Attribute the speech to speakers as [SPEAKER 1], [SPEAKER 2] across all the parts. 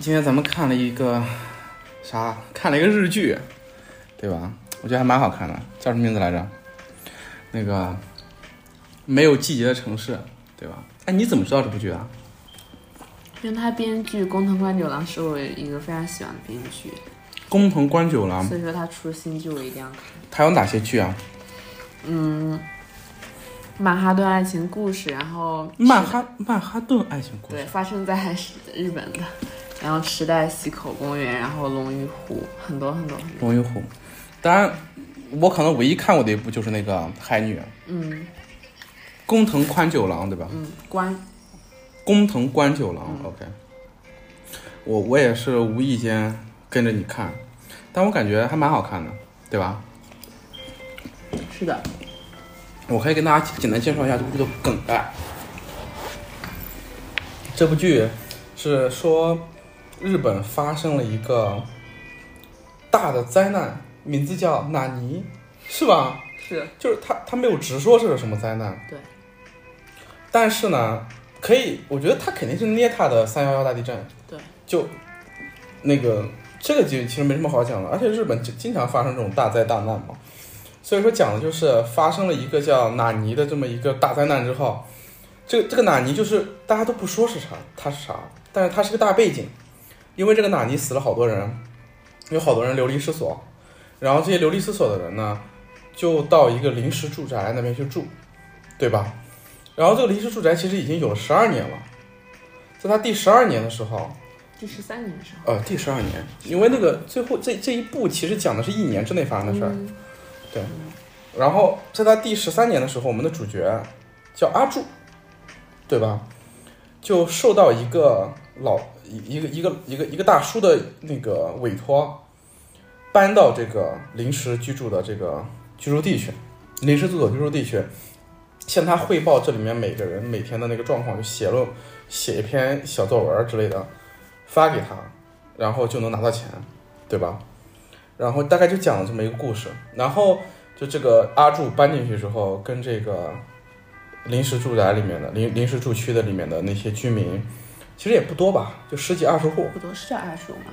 [SPEAKER 1] 今天咱们看了一个啥？看了一个日剧，对吧？我觉得还蛮好看的，叫什么名字来着？那个没有季节的城市，对吧？哎，你怎么知道这部剧啊？
[SPEAKER 2] 因为他编剧工藤官九郎是我一个非常喜欢的编剧，
[SPEAKER 1] 工藤官九郎，
[SPEAKER 2] 所以说他出新剧我一定要看。
[SPEAKER 1] 他有哪些剧啊？
[SPEAKER 2] 曼哈顿爱情故事，然后
[SPEAKER 1] 曼哈曼哈顿爱情故
[SPEAKER 2] 对
[SPEAKER 1] 事，
[SPEAKER 2] 发生在日本的，然后池袋西口公园，然后龙与湖，很多很多很多。
[SPEAKER 1] 龙与虎。当然，我可能唯一看过的一部就是那个《海女》，
[SPEAKER 2] 嗯
[SPEAKER 1] 工藤宽九郎，对吧？
[SPEAKER 2] 嗯，关
[SPEAKER 1] 工藤官九郎、o k 我我也是无意间跟着你看，但我感觉还蛮好看的，对吧？
[SPEAKER 2] 是的，
[SPEAKER 1] 我可以跟大家简单介绍一下这部剧的梗概。这部剧是说日本发生了一个大的灾难，名字叫纳尼，是吧？
[SPEAKER 2] 是
[SPEAKER 1] 就是他他没有直说是个什么灾难，
[SPEAKER 2] 对。
[SPEAKER 1] 但是呢，可以，我觉得他肯定是捏他的三幺幺大地震，
[SPEAKER 2] 对。
[SPEAKER 1] 就那个这个就其实没什么好讲的，而且日本就经常发生这种大灾大难嘛，所以说讲的就是发生了一个叫纳尼的这么一个大灾难之后，这个这个纳尼就是大家都不说是啥，它是啥，但是它是个大背景，因为这个纳尼死了好多人，有好多人流离失所，然后这些流离失所的人呢。就到一个临时住宅那边去住，对吧？然后这个临时住宅其实已经有了十二年了，在他第十二年的时候，
[SPEAKER 2] 第十三年的时候，
[SPEAKER 1] 呃，第十二年，因为那个最后这这一部其实讲的是一年之内发生的事儿。
[SPEAKER 2] 嗯
[SPEAKER 1] 然后在他第十三年的时候，我们的主角叫阿柱，对吧？就受到一个老一一个一个一个一个大叔的那个委托，搬到这个临时居住的这个居住地区，临时住所居住地区，向他汇报这里面每个人每天的那个状况，就写论写一篇小作文之类的，发给他，然后就能拿到钱，对吧？然后大概就讲了这么一个故事，然后就这个阿柱搬进去之后，跟这个临时住宅里面的临临时住区的里面的那些居民，其实也不多吧，就十几二十户
[SPEAKER 2] 不多是叫二叔吗？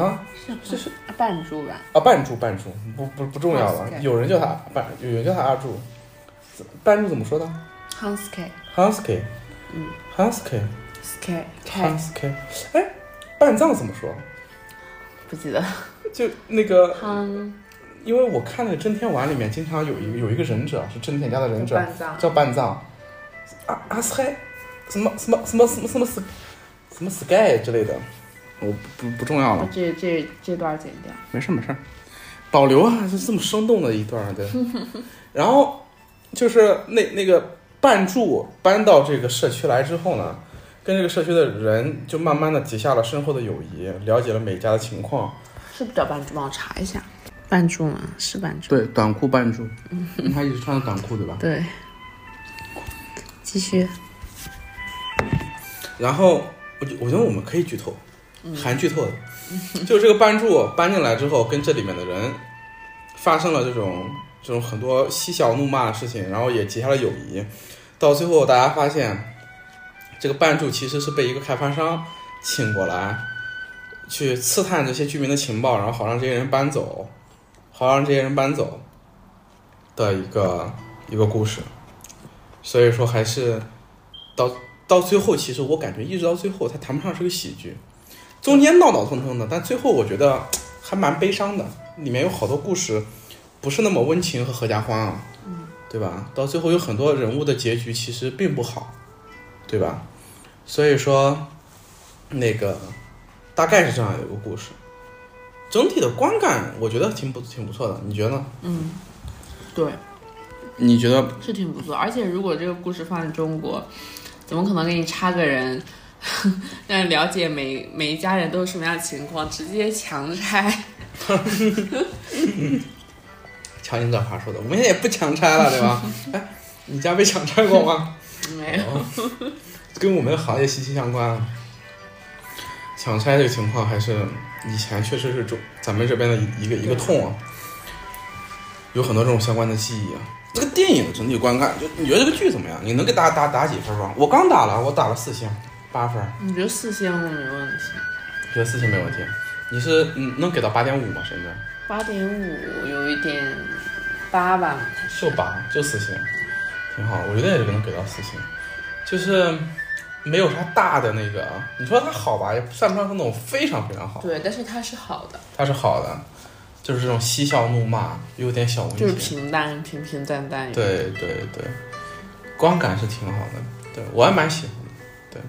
[SPEAKER 1] 啊
[SPEAKER 2] 是
[SPEAKER 1] 这是
[SPEAKER 2] 半住吧？
[SPEAKER 1] 啊，半住半住，不不不重要了
[SPEAKER 2] Hans，K
[SPEAKER 1] 有人叫他半，有人叫他阿柱，怎半柱怎么说的
[SPEAKER 2] Hans K
[SPEAKER 1] ？Hansky，
[SPEAKER 2] 嗯
[SPEAKER 1] ，Hansky
[SPEAKER 2] K K
[SPEAKER 1] Hansky，哎，半藏怎么说？
[SPEAKER 2] 不记得
[SPEAKER 1] 就那个，
[SPEAKER 2] Han
[SPEAKER 1] 因为我看那个《真天丸》里面经常有一个有一个忍者是真田家的忍者，
[SPEAKER 2] 半藏
[SPEAKER 1] 叫半藏，阿阿斯海，什么什么什么什么什么什什么 sky 之类的，我不不重要了，
[SPEAKER 2] 这这这段剪掉。
[SPEAKER 1] 没事没事，保留啊，是这么生动的一段儿对。然后就是那那个半柱搬到这个社区来之后呢，跟这个社区的人就慢慢的结下了深厚的友谊，了解了每家的情况。
[SPEAKER 2] 是不是叫半住？帮我查一下，半住吗？是半住。
[SPEAKER 1] 对，短裤半柱，他一直穿着短裤对吧？
[SPEAKER 2] 对，继续。
[SPEAKER 1] 然后我觉我觉得我们可以剧透，含剧透的，就是这个班助搬进来之后，跟这里面的人发生了这种这种很多嬉笑怒骂的事情，然后也结下了友谊。到最后，大家发现这个班助其实是被一个开发商请过来，去刺探这些居民的情报，然后好让这些人搬走，好让这些人搬走的一个一个故事。所以说，还是到到最后，其实我感觉一直到最后，它谈不上是个喜剧，中间闹闹腾腾的，但最后我觉得还蛮悲伤的。里面有好多故事不是那么温情和合家欢啊，对吧？到最后有很多人物的结局其实并不好，对吧？所以说，那个大概是这样一个故事。整体的观感，我觉得挺不挺不错的，你觉得呢？
[SPEAKER 2] 嗯，对，
[SPEAKER 1] 你觉得
[SPEAKER 2] 是挺不错。而且如果这个故事放在中国，怎么可能给你插个人， 让你了解每每一家人都是什么样的情况，直接强拆？
[SPEAKER 1] 强行这话说的，我们也不强拆了，对 吧？哎，你家被强拆过吗？
[SPEAKER 2] 没有，
[SPEAKER 1] 哦跟我们的行业息息相关。啊。抢拆这个情况还是以前确实是中咱们这边的一一个一个痛啊，有很多这种相关的记忆啊。这个电影的整体观感，就你觉得这个剧怎么样？你能给大家打打几分吧？我刚打了，我打了四星，八分。
[SPEAKER 2] 你觉得四星我没问题。
[SPEAKER 1] 我觉得四星没问题。你是嗯能给到八点五吗？深圳
[SPEAKER 2] 八点五有一点八吧，
[SPEAKER 1] 就八就四星，挺好，我觉得也能给到四星，就是没有啥大的那个。啊你说它好吧，也算不上是那种非常非常好，
[SPEAKER 2] 对，但是它是好的，
[SPEAKER 1] 它是好的，就是这种嬉笑怒骂，有点小温
[SPEAKER 2] 就是
[SPEAKER 1] 情。
[SPEAKER 2] 平淡平平淡淡。，
[SPEAKER 1] 对对对，观感是挺好的，对我还蛮喜欢的。对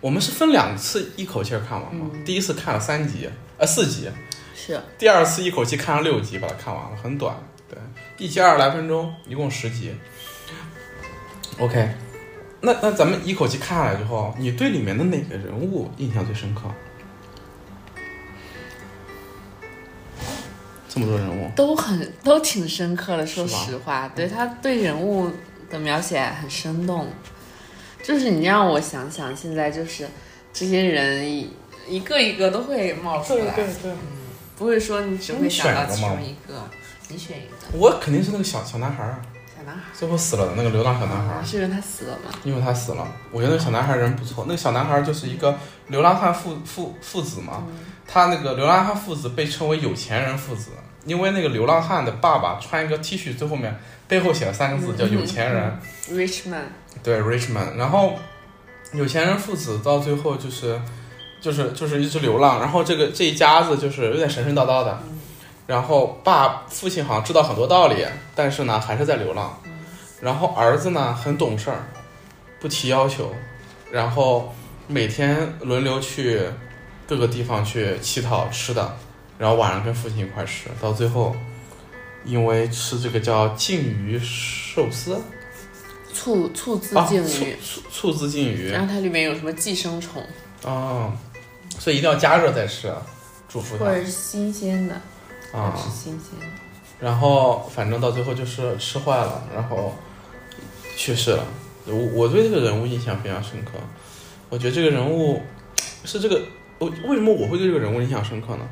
[SPEAKER 1] 我们是分两次一口气儿看完嘛，
[SPEAKER 2] 嗯
[SPEAKER 1] 第一次看了三集，呃四集，
[SPEAKER 2] 是
[SPEAKER 1] 第二次一口气看了六集，把它看完了，很短，对，一集二十来分钟，一共十集。OK，那那咱们一口气看下来之后，你对里面的哪个人物印象最深刻？这么多人物，
[SPEAKER 2] 都很都挺深刻的，说
[SPEAKER 1] 是吧嗯
[SPEAKER 2] 实话，对他对人物的描写很生动，就是你让我想想，现在就是这些人一一个一个都会冒出来，
[SPEAKER 1] 对，
[SPEAKER 2] 不会说你只会
[SPEAKER 1] 你选
[SPEAKER 2] 想到
[SPEAKER 1] 一个
[SPEAKER 2] 其
[SPEAKER 1] 吗
[SPEAKER 2] 中一个，你选一个
[SPEAKER 1] 我肯定是那个小小男孩儿啊，
[SPEAKER 2] 小男孩，
[SPEAKER 1] 最后死了的那个流浪小男孩儿。啊
[SPEAKER 2] 是因为他死了吗？
[SPEAKER 1] 因为他死了。我觉得那个小男孩人不错，那个小男孩就是一个流浪汉父父父子嘛，他那个流浪汉父子被称为有钱人父子，因为那个流浪汉的爸爸穿一个 T 恤，最后面背后写了三个字叫有钱人。
[SPEAKER 2] rich man，
[SPEAKER 1] 对 Richmond，然后有钱人父子到最后就是就是就是一直流浪，然后这个这一家子就是有点神神叨叨的，然后爸父亲好像知道很多道理，但是呢还是在流浪，然后儿子呢很懂事儿，不提要求，然后每天轮流去各个地方去乞讨吃的，然后晚上跟父亲一块儿吃，到最后因为吃这个叫鲭鱼寿司。
[SPEAKER 2] 醋醋字
[SPEAKER 1] 啊
[SPEAKER 2] 敬
[SPEAKER 1] 醋
[SPEAKER 2] 语，嗯
[SPEAKER 1] 醋醋渍鲫鱼
[SPEAKER 2] 然后它里面有什么寄生虫，
[SPEAKER 1] 哦，所以一定要加热再吃，啊煮熟
[SPEAKER 2] 或者是新鲜的，
[SPEAKER 1] 它
[SPEAKER 2] 要
[SPEAKER 1] 啊、
[SPEAKER 2] 吃新鲜的。
[SPEAKER 1] 然后反正到最后就是吃坏了，然后去世了。我我对这个人物印象非常深刻，我觉得这个人物是这个我为什么我会对这个人物印象深刻呢？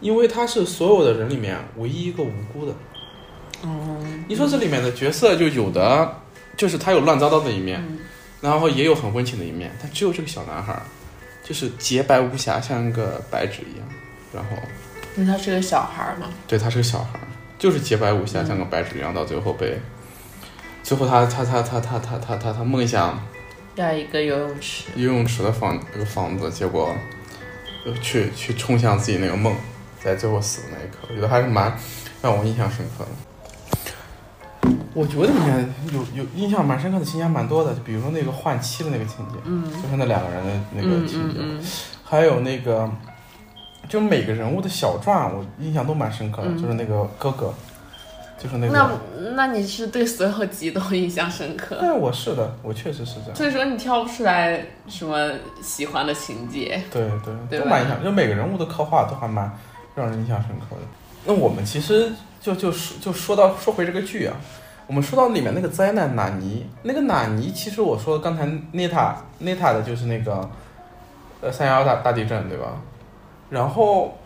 [SPEAKER 1] 因为他是所有的人里面唯一一个无辜的。
[SPEAKER 2] 嗯，
[SPEAKER 1] 你说这里面的角色就有的，就是他有乱糟糟的一面，然后也有很温情的一面，但只有这个小男孩儿，就是洁白无瑕，像一个白纸一样。然后，
[SPEAKER 2] 因为他是个小孩儿嘛，
[SPEAKER 1] 对他是个小孩儿，就是洁白无瑕，像个白纸一样，到最后被，最后他他他他他他他他他梦想
[SPEAKER 2] 要一个游泳池。
[SPEAKER 1] 游泳池的房那个房子，结果就去去冲向自己那个梦，在最后死的那一刻，我觉得还是蛮让我印象深刻的。我觉得里面有有印象蛮深刻的情节蛮多的，就比如说那个换妻的那个情节，
[SPEAKER 2] 嗯
[SPEAKER 1] 就是那两个人的那个
[SPEAKER 2] 嗯
[SPEAKER 1] 情
[SPEAKER 2] 嗯
[SPEAKER 1] 节，
[SPEAKER 2] 嗯，
[SPEAKER 1] 还有那个就每个人物的小传，我印象都蛮深刻的，
[SPEAKER 2] 嗯
[SPEAKER 1] 就是那个哥哥，就是那个，
[SPEAKER 2] 那那你是对所有集都印象深刻，
[SPEAKER 1] 但我是的，我确实是这样。
[SPEAKER 2] 所以说你挑不出来什么喜欢的情节。
[SPEAKER 1] 对
[SPEAKER 2] 对
[SPEAKER 1] 对，
[SPEAKER 2] 吧
[SPEAKER 1] 都蛮印象，就每个人物的刻画都还蛮让人印象深刻的。那我们其实就就说就说到说回这个剧啊，我们说到里面那个灾难纳尼，那个纳尼其实我说刚才内塔内塔的就是那个呃三幺幺大大地震对吧？然后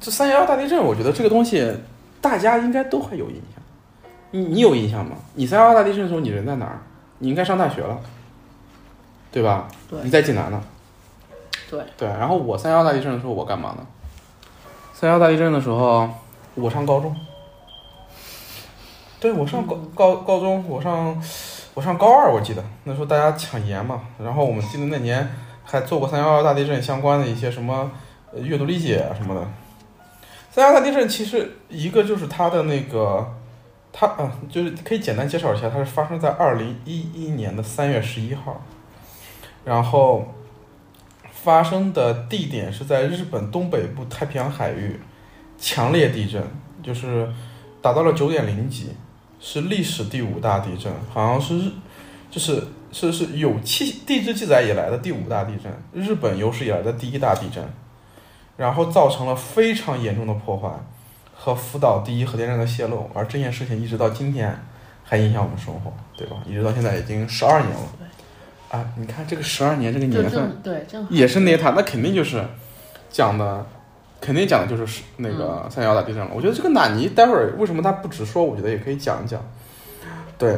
[SPEAKER 1] 这三幺幺大地震，我觉得这个东西大家应该都会有印象。你你有印象吗？你三幺幺大地震的时候你人在哪儿？你应该上大学了，对吧？
[SPEAKER 2] 对
[SPEAKER 1] 你在济南呢。
[SPEAKER 2] 对，
[SPEAKER 1] 对，然后我三幺大地震的时候我干嘛呢？三幺大地震的时候，我上高中。对，我上高、高高中，我上我上高二，我记得那时候大家抢盐嘛，然后我们记得那年还做过三幺幺大地震相关的一些什么呃阅读理解啊什么的。三幺大地震其实一个就是它的那个，它啊、就是可以简单介绍一下，它是发生在二零一一年的三月十一号，然后发生的地点是在日本东北部太平洋海域，强烈地震，就是达到了九点零级，是历史第五大地震，好像是日，就是是是有记地质记载以来的第五大地震，日本有史以来的第一大地震，然后造成了非常严重的破坏和福岛第一核电站的泄漏，而这件事情一直到今天还影响我们生活，对吧？一直到现在已经十二年了。啊，你看这个十二年这个
[SPEAKER 2] 就
[SPEAKER 1] 年份，
[SPEAKER 2] 正对正嗯好
[SPEAKER 1] 也是内塔，那肯定就是讲的，肯定讲的就是是那个三幺幺大地震了。我觉得这个纳尼待会儿为什么他不直说，我觉得也可以讲一讲。对，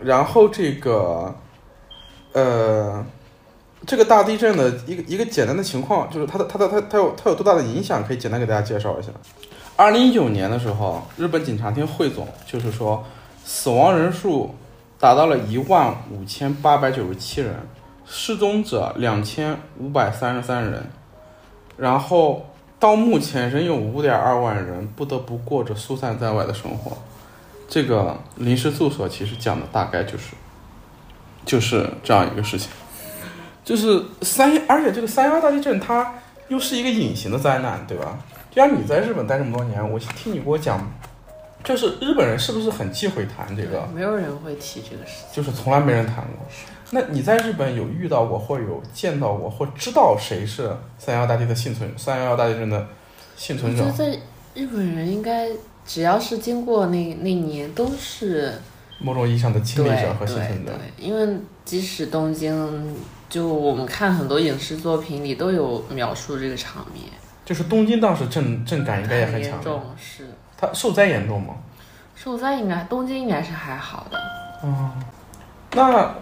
[SPEAKER 1] 然后这个呃，这个大地震的一个一个简单的情况，就是它的它的它它有它有多大的影响，可以简单给大家介绍一下。二零一九年的时候，日本警察厅汇总就是说，死亡人数达到了一万五千八百九十七人，失踪者两千五百三十三人，然后到目前仍有五点二万人不得不过着疏散在外的生活。这个临时住所其实讲的大概就是就是这样一个事情。就是三，而且这个三幺大地震它又是一个隐形的灾难，对吧？就像你在日本待这么多年，我听你给我讲，就是日本人是不是很忌讳谈这个？
[SPEAKER 2] 没有人会提这个事
[SPEAKER 1] 就
[SPEAKER 2] 情。
[SPEAKER 1] 是从来没人谈过。那你在日本有遇到过，或有见到过，或知道谁是三幺大地的幸存三幺幺大地震的幸
[SPEAKER 2] 我
[SPEAKER 1] 存
[SPEAKER 2] 觉
[SPEAKER 1] 者
[SPEAKER 2] 得？在日本人应该只要是经过那那年都是
[SPEAKER 1] 某种意义上的亲历
[SPEAKER 2] 对
[SPEAKER 1] 者和幸存者
[SPEAKER 2] 对。对，因为即使东京，就我们看很多影视作品里都有描述这个场面，
[SPEAKER 1] 就是东京当时震震感应该也
[SPEAKER 2] 很
[SPEAKER 1] 很
[SPEAKER 2] 严
[SPEAKER 1] 强烈，
[SPEAKER 2] 重，是
[SPEAKER 1] 它受灾严重吗？
[SPEAKER 2] 受灾应该东京应该是还好的。
[SPEAKER 1] 嗯那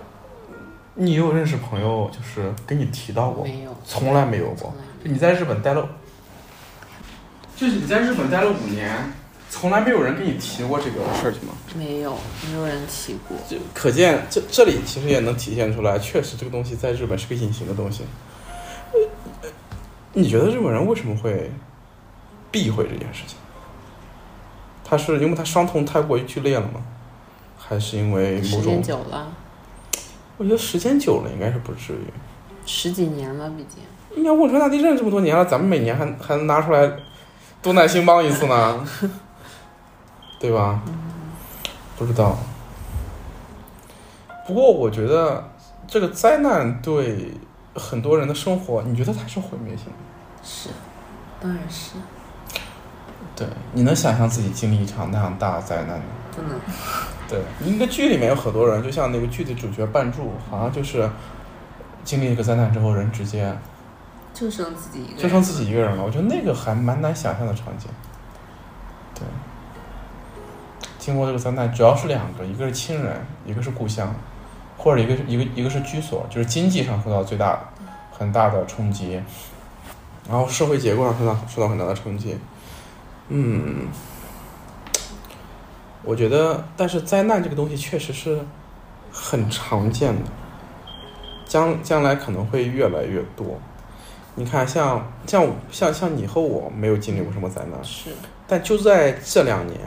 [SPEAKER 1] 你有认识朋友就是跟你提到过吗？
[SPEAKER 2] 没有，
[SPEAKER 1] 从来没有过
[SPEAKER 2] 从。来没有
[SPEAKER 1] 就你在日本待了，就是你在日本待了五年，从来没有人跟你提过这个事情吗？
[SPEAKER 2] 没有，没有人提过。
[SPEAKER 1] 就可见这这里其实也能体现出来，确实这个东西在日本是个隐形的东西。呃呃你觉得日本人为什么会避讳这件事情？他是因为他伤痛太过于剧烈了吗？还是因为哎某种
[SPEAKER 2] 时间？久了，
[SPEAKER 1] 我觉得时间久了应该是不至于。
[SPEAKER 2] 十几年了，毕竟。
[SPEAKER 1] 应该汶川大地震这么多年了，咱们每年还还能拿出来多耐心帮一次呢，对吧？不知道。不过我觉得这个灾难对很多人的生活，你觉得它是毁灭性的？
[SPEAKER 2] 是，当然是
[SPEAKER 1] 对，你能想象自己经历一场那样大的灾难吗？
[SPEAKER 2] 不能。
[SPEAKER 1] 对，一个剧里面有很多人，就像那个剧的主角半助，好像就是经历一个灾难之后，人直接
[SPEAKER 2] 就剩自己一个人，
[SPEAKER 1] 就剩自己一个人了。我觉得那个还蛮难想象的场景。对，经过这个灾难，主要是两个，一个是亲人，一个是故乡，或者一个一个一个是居所，就是经济上受到最大很大的冲击，然后社会结构上受到受到很大的冲击。嗯，我觉得，但是灾难这个东西确实是很常见的，将将来可能会越来越多。你看，像像像像你和我没有经历过什么灾难，
[SPEAKER 2] 是
[SPEAKER 1] 但就在这两年，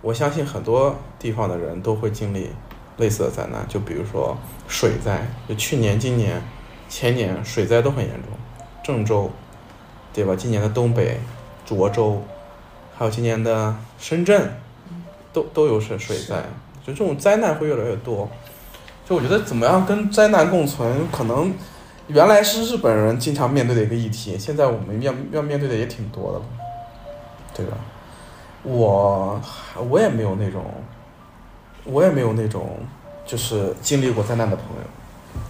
[SPEAKER 1] 我相信很多地方的人都会经历类似的灾难，就比如说水灾，就去年、今年、前年水灾都很严重，郑州，对吧？今年的东北、涿州，还有今年的深圳，都都有水水灾，就这种灾难会越来越多。就我觉得怎么样跟灾难共存，可能原来是日本人经常面对的一个议题，现在我们要要面对的也挺多的了。对吧？我我也没有那种，我也没有那种，就是经历过灾难的朋友。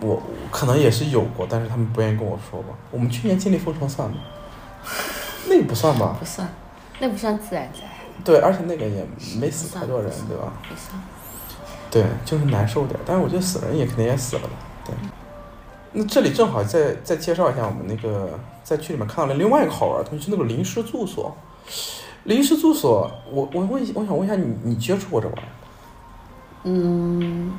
[SPEAKER 1] 我我可能也是有过，但是他们不愿意跟我说吧。我们去年经历封城算吗？那个不算吧？
[SPEAKER 2] 不算，那不算自然灾害，
[SPEAKER 1] 对，而且那个也没死太多人，对吧？
[SPEAKER 2] 不算。
[SPEAKER 1] 对，就是难受点儿。但是我觉得死人也肯定也死了吧？对。那这里正好再再介绍一下我们那个在剧里面看到了另外一个好玩的东西，就是那个临时住所。临时住所，我我问一，我想问一下你，你接触过这玩意儿吗？
[SPEAKER 2] 嗯，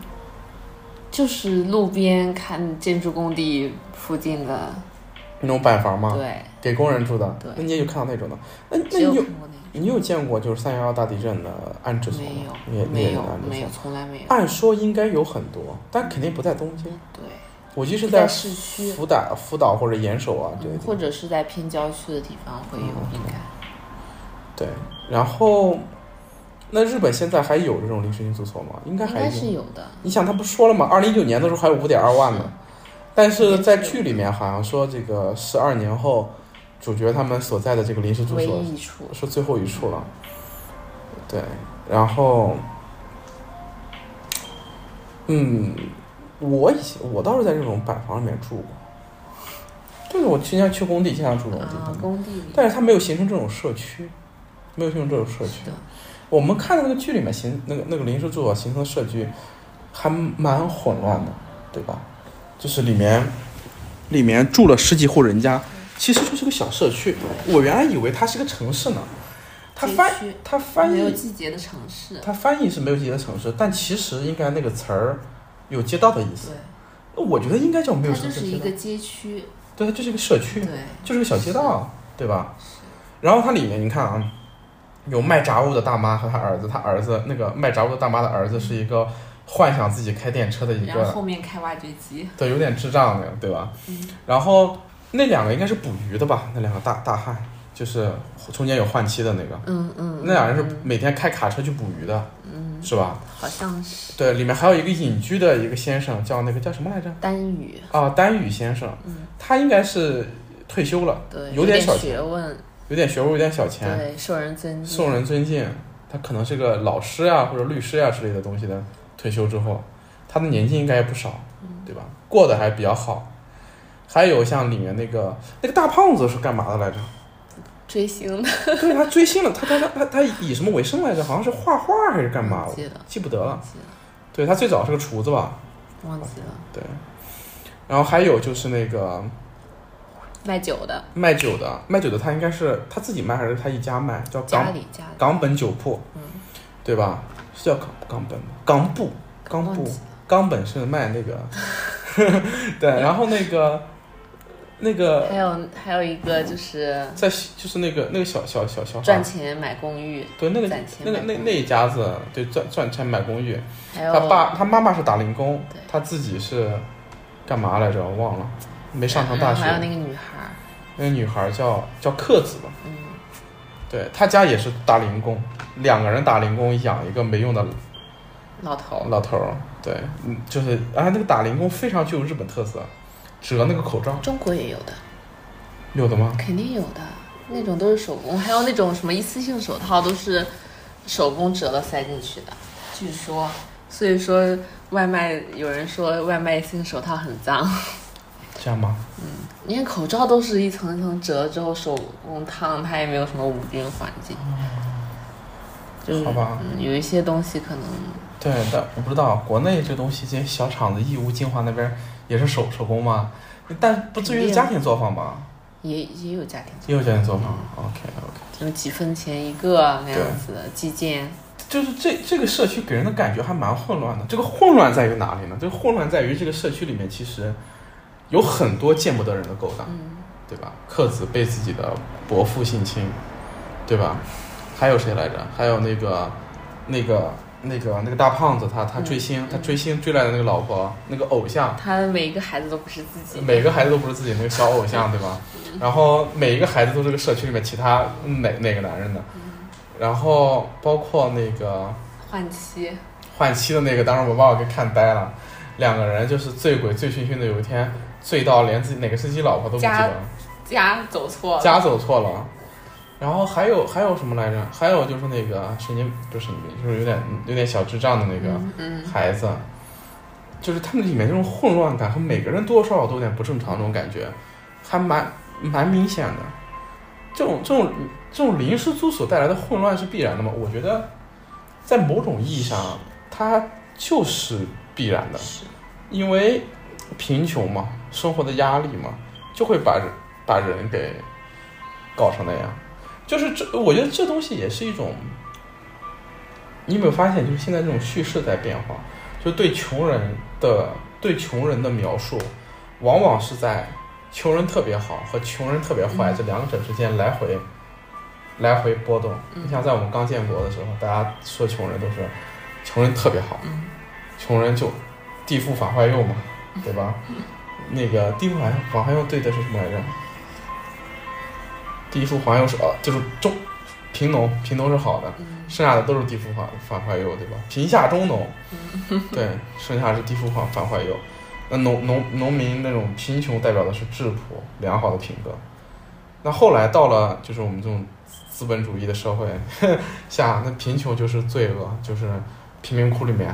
[SPEAKER 2] 就是路边看建筑工地附近的，
[SPEAKER 1] 那种板房吗？
[SPEAKER 2] 对，
[SPEAKER 1] 给工人住的
[SPEAKER 2] 对。
[SPEAKER 1] 那你也有看到那种的？那啊那
[SPEAKER 2] 只
[SPEAKER 1] 你
[SPEAKER 2] 有
[SPEAKER 1] 有
[SPEAKER 2] 看过那
[SPEAKER 1] 你有见过就是三幺幺大地震的安置
[SPEAKER 2] 个，
[SPEAKER 1] 所
[SPEAKER 2] 没
[SPEAKER 1] 吗？你
[SPEAKER 2] 有，
[SPEAKER 1] 也你也啊
[SPEAKER 2] 没有
[SPEAKER 1] 安，置
[SPEAKER 2] 没有，
[SPEAKER 1] 所。
[SPEAKER 2] 从来没有。
[SPEAKER 1] 按说应该有很多，但肯定不在东京。
[SPEAKER 2] 对，
[SPEAKER 1] 我记得是
[SPEAKER 2] 在
[SPEAKER 1] 在
[SPEAKER 2] 市区，
[SPEAKER 1] 福岛、福岛或者岩手啊这些
[SPEAKER 2] 嗯
[SPEAKER 1] 地方
[SPEAKER 2] 或。者是在偏郊区的地方会有，
[SPEAKER 1] 嗯
[SPEAKER 2] 应该。
[SPEAKER 1] 对，然后那日本现在还有这种临时性住所吗？应该
[SPEAKER 2] 应
[SPEAKER 1] 还
[SPEAKER 2] 该
[SPEAKER 1] 有。
[SPEAKER 2] 是有的，
[SPEAKER 1] 你想，他不说了吗？二零一九年的时候还有五点二万呢，但是在剧里面好像说这个十二年后，主角他们所在的这个临时住
[SPEAKER 2] 唯
[SPEAKER 1] 所
[SPEAKER 2] 一一处。
[SPEAKER 1] 是最后一处了。对，然后，嗯，我以前我倒是在这种板房里面住过，对，我经常去工地，经常住这种地
[SPEAKER 2] 啊
[SPEAKER 1] 方，，
[SPEAKER 2] 工地里。
[SPEAKER 1] 但是它没有形成这种社区，没有形成这种社区
[SPEAKER 2] 是。的，
[SPEAKER 1] 我们看的那个剧里面形那个那个临时住所形成的社区，还蛮混乱的，对吧？就是里面里面住了十几户人家，其实就是个小社区。我原来以为它是个城市呢，它翻
[SPEAKER 2] 地区
[SPEAKER 1] 它翻
[SPEAKER 2] 没有
[SPEAKER 1] 译
[SPEAKER 2] 季节的城市，
[SPEAKER 1] 它翻译是没有季节的城市，但其实应该那个词儿有街道的意思。
[SPEAKER 2] 对，
[SPEAKER 1] 我觉得应该叫没有
[SPEAKER 2] 它
[SPEAKER 1] 什
[SPEAKER 2] 就
[SPEAKER 1] 么街
[SPEAKER 2] 是一嗯
[SPEAKER 1] 道
[SPEAKER 2] 个，街区，
[SPEAKER 1] 对，它就是一个社区
[SPEAKER 2] 对，，
[SPEAKER 1] 就是个小街道，对吧？然后它里面你看啊，有卖炸物的大妈和她儿子，她儿子那个卖炸物的大妈的儿子是一个幻想自己开电车的一
[SPEAKER 2] 然后
[SPEAKER 1] 个，
[SPEAKER 2] 后面开挖掘机，
[SPEAKER 1] 对，有点智障的，对吧？
[SPEAKER 2] 嗯
[SPEAKER 1] 然后那两个应该是捕鱼的吧？那两个大大汉就是中间有换妻的那个，
[SPEAKER 2] 嗯嗯，
[SPEAKER 1] 那两人是
[SPEAKER 2] 嗯
[SPEAKER 1] 每天开卡车去捕鱼的，
[SPEAKER 2] 嗯，
[SPEAKER 1] 是吧？
[SPEAKER 2] 好像是
[SPEAKER 1] 对，里面还有一个隐居的一个先生，叫那个叫什么来着？
[SPEAKER 2] 单语，
[SPEAKER 1] 啊，丹羽先生，
[SPEAKER 2] 嗯
[SPEAKER 1] 他应该是退休了，
[SPEAKER 2] 对，
[SPEAKER 1] 有点
[SPEAKER 2] 点
[SPEAKER 1] 小
[SPEAKER 2] 学问，
[SPEAKER 1] 有点学问，有点小钱，
[SPEAKER 2] 对，受人尊敬，
[SPEAKER 1] 受人尊敬，他可能是个老师啊或者律师啊之类的东西的。退休之后，他的年纪应该也不少，
[SPEAKER 2] 嗯
[SPEAKER 1] 对吧？过得还比较好。还有像里面那个那个大胖子是干嘛的 来着？
[SPEAKER 2] 追星的，
[SPEAKER 1] 对他追星了，他他他他他以什么为生来着？好像是画画还是 干嘛？
[SPEAKER 2] 忘
[SPEAKER 1] 我
[SPEAKER 2] 记了，
[SPEAKER 1] 记不得了
[SPEAKER 2] 忘。记了，
[SPEAKER 1] 对他最早是个厨子吧？
[SPEAKER 2] 忘记了，
[SPEAKER 1] 对。然后还有就是那个
[SPEAKER 2] 卖酒的，
[SPEAKER 1] 卖酒的，卖酒的他应该是他自己卖还是他一家卖？叫
[SPEAKER 2] 家
[SPEAKER 1] 港
[SPEAKER 2] 里家里，
[SPEAKER 1] 港本酒铺，
[SPEAKER 2] 嗯，
[SPEAKER 1] 对吧？是叫港港本吗？港布港
[SPEAKER 2] 忘
[SPEAKER 1] 布
[SPEAKER 2] 记了
[SPEAKER 1] 冈本是卖那个， 对，然后那个那个
[SPEAKER 2] 还有还有一个就是
[SPEAKER 1] 在就是那个那个小小小小孩
[SPEAKER 2] 赚
[SPEAKER 1] 儿，
[SPEAKER 2] 钱买公寓，
[SPEAKER 1] 对那个
[SPEAKER 2] 攒钱
[SPEAKER 1] 那个那
[SPEAKER 2] 买公寓
[SPEAKER 1] 那一家子对赚赚钱买公寓，
[SPEAKER 2] 还有
[SPEAKER 1] 他爸他妈妈是打零工
[SPEAKER 2] 对，
[SPEAKER 1] 他自己是干嘛来着？我忘了，没
[SPEAKER 2] 没
[SPEAKER 1] 上成大学
[SPEAKER 2] 还。有那个女孩儿，
[SPEAKER 1] 那个女孩儿叫叫克子吧，
[SPEAKER 2] 嗯，
[SPEAKER 1] 对他家也是打零工，两个人打零工养一个没用的
[SPEAKER 2] 老头，
[SPEAKER 1] 老头儿，对，嗯，就是啊，那个打零工非常具有日本特色，折那个口罩，
[SPEAKER 2] 中国也有的，
[SPEAKER 1] 有的吗？
[SPEAKER 2] 肯定有的，那种都是手工，还有那种什么一次性手套都是手工折了塞进去的，据说，所以说外卖有人说外卖一次性手套很脏，
[SPEAKER 1] 这样吗？
[SPEAKER 2] 因为口罩都是一层一层折之后手工烫，它也没有什么无菌环境，就是
[SPEAKER 1] 好吧
[SPEAKER 2] 嗯，有一些东西可能
[SPEAKER 1] 对，但我不知道国内这东西，这些小厂子，义乌、金华那边也是手手工吗？但不至于是家庭作坊吧？
[SPEAKER 2] 也也有家庭作
[SPEAKER 1] 也有家庭作坊。OK OK，
[SPEAKER 2] 坊，就是几分钱一个那样子的计件，
[SPEAKER 1] 就是这这个社区给人的感觉还蛮混乱的。这个混乱在于哪里呢？这个混乱在于这个社区里面其实有很多见不得人的勾当，
[SPEAKER 2] 嗯，
[SPEAKER 1] 对吧？克子被自己的伯父性侵，对吧？还有谁来着？还有那个那个那个那个大胖子他，他追星，他追星追来的那个老婆，那个偶像。
[SPEAKER 2] 他的每一个孩子都不是自己的，
[SPEAKER 1] 每个孩子都不是自己那个小偶像，对吧？然后每一个孩子都是这个社区里面其他哪哪个男人的，然后包括那个
[SPEAKER 2] 换妻，
[SPEAKER 1] 换妻的那个，当时我把我给看呆了，两个人就是醉鬼醉醺醺的，有一天醉到连自己哪个是自己老婆都不记
[SPEAKER 2] 家
[SPEAKER 1] 得了，
[SPEAKER 2] 家走错了，
[SPEAKER 1] 家走错了。然后还有还有什么来着？还有就是那个神经不是神经病，就是有点有点小智障的那个，
[SPEAKER 2] 嗯，
[SPEAKER 1] 孩子，就是他们里面这种混乱感和每个人多多少少都有点不正常这种感觉，还蛮蛮明显的。这种这种这种临时租所带来的混乱是必然的吗？我觉得，在某种意义上，它就是必然的，
[SPEAKER 2] 是
[SPEAKER 1] 因为贫穷嘛，生活的压力嘛，就会把人把人给搞成那样。就是这，我觉得这东西也是一种。你有没有发现，就是现在这种叙事在变化，就对穷人的对穷人的描述，往往是在穷人特别好和穷人特别坏、
[SPEAKER 2] 嗯
[SPEAKER 1] 这两者之间来回来回波动。
[SPEAKER 2] 嗯
[SPEAKER 1] 你像在我们刚建国的时候，大家说穷人都是穷人特别好，
[SPEAKER 2] 嗯
[SPEAKER 1] 穷人就地富反坏右嘛，对吧？那个地富反反坏右对的是什么来着？地富反右是呃，就是中贫农，贫农是好的，
[SPEAKER 2] 嗯
[SPEAKER 1] 剩下的都是地富反反坏右，对吧？贫下中农，对，剩下是地富反反坏右。那农农农民那种贫穷代表的是质朴良好的品格。那后来到了就是我们这种资本主义的社会 下，那贫穷就是罪恶，就是贫民窟里面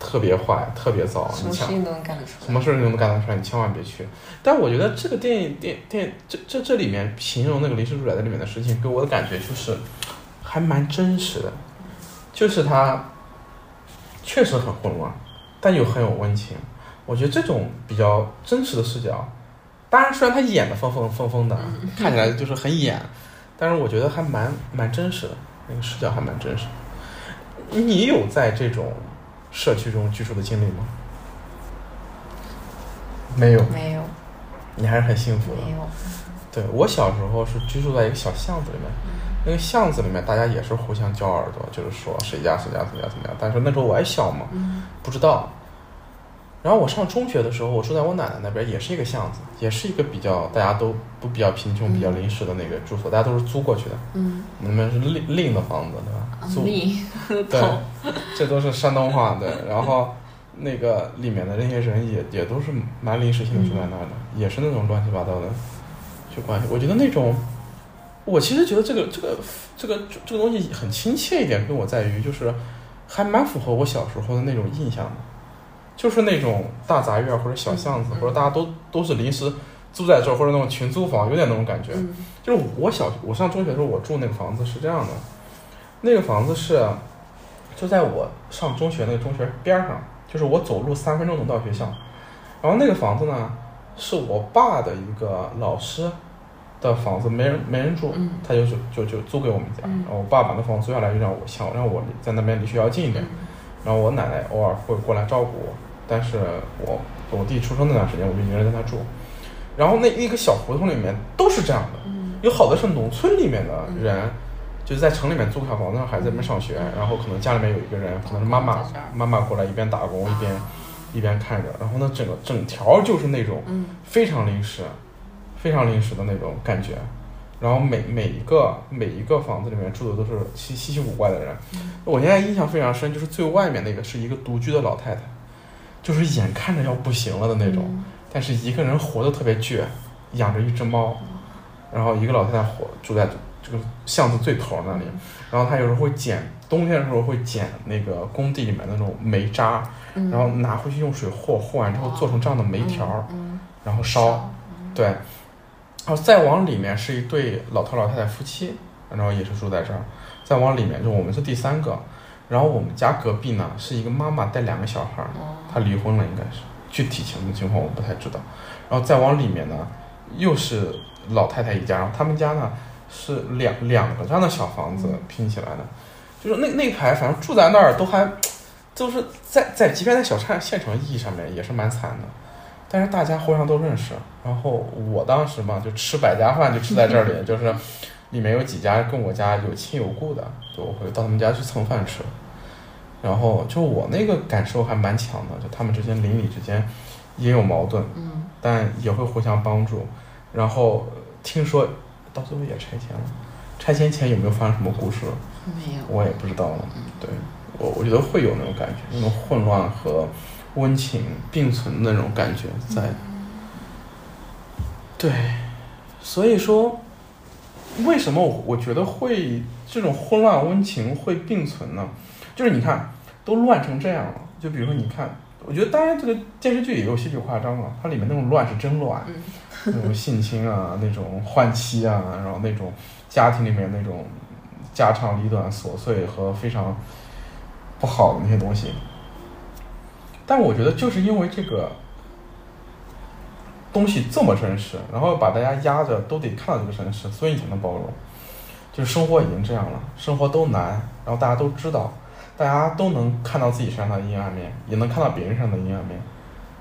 [SPEAKER 1] 特别坏、特别糟。
[SPEAKER 2] 什
[SPEAKER 1] 你
[SPEAKER 2] 么事
[SPEAKER 1] 想
[SPEAKER 2] 情都能干得出
[SPEAKER 1] 什
[SPEAKER 2] 来，
[SPEAKER 1] 么事儿你都能干得出来，你千万别去。但我觉得这个电影、电电这这这里面形容那个临时住宅的里面的事情，给我的感觉就是还蛮真实的，就是它确实很混乱，但又很有温情。我觉得这种比较真实的视角，当然虽然他演的疯疯疯疯的，啊
[SPEAKER 2] 嗯
[SPEAKER 1] 看起来就是很演，但是我觉得还蛮蛮真实的，那个视角还蛮真实的。你有在这种社区中居住的经历吗？没有，
[SPEAKER 2] 没有，
[SPEAKER 1] 你还是很幸福的。
[SPEAKER 2] 没有，
[SPEAKER 1] 对我小时候是居住在一个小巷子里面，
[SPEAKER 2] 嗯
[SPEAKER 1] 那个巷子里面大家也是互相交耳朵，就是说谁家谁家谁家怎么样。但是那时候我还小嘛，
[SPEAKER 2] 嗯
[SPEAKER 1] 不知道。然后我上中学的时候，我住在我奶奶那边，也是一个巷子，也是一个比较大家都都比较贫穷、比较临时的那个住所，大家都是租过去的。
[SPEAKER 2] 嗯，啊
[SPEAKER 1] 你们是另另的房子对吧？
[SPEAKER 2] 哦
[SPEAKER 1] 租
[SPEAKER 2] 你
[SPEAKER 1] 对， 这都是山东话对。然后那个里面的那些人也也都是蛮临时性的住在那儿的，也是那种乱七八糟的就关系。我觉得那种，我其实觉得这个这个这个这个东西很亲切一点，跟我在于就是还蛮符合我小时候的那种印象的，就是那种大杂院或者小巷子，
[SPEAKER 2] 嗯嗯
[SPEAKER 1] 或者大家都都是临时租在这儿，或者那种群租房，有点那种感觉。
[SPEAKER 2] 嗯
[SPEAKER 1] 就是我小我上中学的时候，我住那个房子是这样的，那个房子是就在我上中学那个中学边儿上，就是我走路三分钟能到学校。然后那个房子呢，是我爸的一个老师的房子，没人没人住，
[SPEAKER 2] 嗯
[SPEAKER 1] 他就是就就租给我们家。
[SPEAKER 2] 嗯
[SPEAKER 1] 然后我爸把那房子租下来，就让我想让我离在那边离学校近一
[SPEAKER 2] 嗯
[SPEAKER 1] 点。然后我奶奶偶尔会过来照顾我，但是我我弟出生那段时间，我就一个人在那住。然后那一个小胡同里面都是这样的，
[SPEAKER 2] 嗯
[SPEAKER 1] 有好的是农村里面的人，就是在城里面租个小房子，还在那边上学，然后可能家里面有一个人，可能是妈妈
[SPEAKER 2] 在这儿
[SPEAKER 1] 妈妈过来一边打工一边一边看着，然后呢整个整条就是那种
[SPEAKER 2] 嗯
[SPEAKER 1] 非常临时、非常临时的那种感觉。然后每每一个每一个房子里面住的都是稀稀奇古怪的人。我现在印象非常深，就是最外面那个是一个独居的老太太，就是眼看着要不行了的那种，
[SPEAKER 2] 嗯
[SPEAKER 1] 但是一个人活得特别倔，养着一只猫，然后一个老太太活住在这个巷子最头那里，然后她有时候会捡，冬天的时候会捡那个工地里面那种煤渣，
[SPEAKER 2] 嗯，
[SPEAKER 1] 然后拿回去用水和，和完之后做成这样的煤条，
[SPEAKER 2] 嗯，
[SPEAKER 1] 然后
[SPEAKER 2] 嗯
[SPEAKER 1] 烧，，
[SPEAKER 2] 嗯
[SPEAKER 1] 对，然后再往里面是一对老头老太太夫妻，然后也是住在这儿。再往里面就我们是第三个，然后我们家隔壁呢是一个妈妈带两个小孩儿，
[SPEAKER 2] 哦
[SPEAKER 1] 她离婚了应该是，具体情情况我不太知道。然后再往里面呢又是老太太一家，然后他们家呢是两两个这样的小房子拼起来的，就是那那排反正住在那儿都还，就是在在即便在小县县城意义上面也是蛮惨的。但是大家互相都认识。然后我当时嘛，就吃百家饭就吃在这里，就是里面有几家跟我家有亲有故的，就我会到他们家去蹭饭吃。然后就我那个感受还蛮强的，就他们之间邻里之间也有矛盾，
[SPEAKER 2] 嗯，
[SPEAKER 1] 但也会互相帮助。然后呃听说到最后也拆迁了，拆迁前有没有发生什么故事，
[SPEAKER 2] 嗯没有，嗯
[SPEAKER 1] 我也不知道了。对我，我觉得会有那种感觉，那种混乱和温情并存的那种感觉
[SPEAKER 2] 嗯
[SPEAKER 1] 在。对，所以说，为什么我我觉得会这种混乱温情会并存呢？就是你看，都乱成这样了，就比如说你看。我觉得当然，这个电视剧也有些许夸张啊，它里面那种乱是真乱，那
[SPEAKER 2] 嗯
[SPEAKER 1] 种性侵啊，那种换妻啊，然后那种家庭里面那种家长里短、琐碎和非常不好的那些东西。但我觉得就是因为这个东西这么真实，然后把大家压着都得看到这个真实，所以你才能包容。就是生活已经这样了，生活都难，然后大家都知道，大家都能看到自己身上的阴暗面，也能看到别人身上的阴暗面。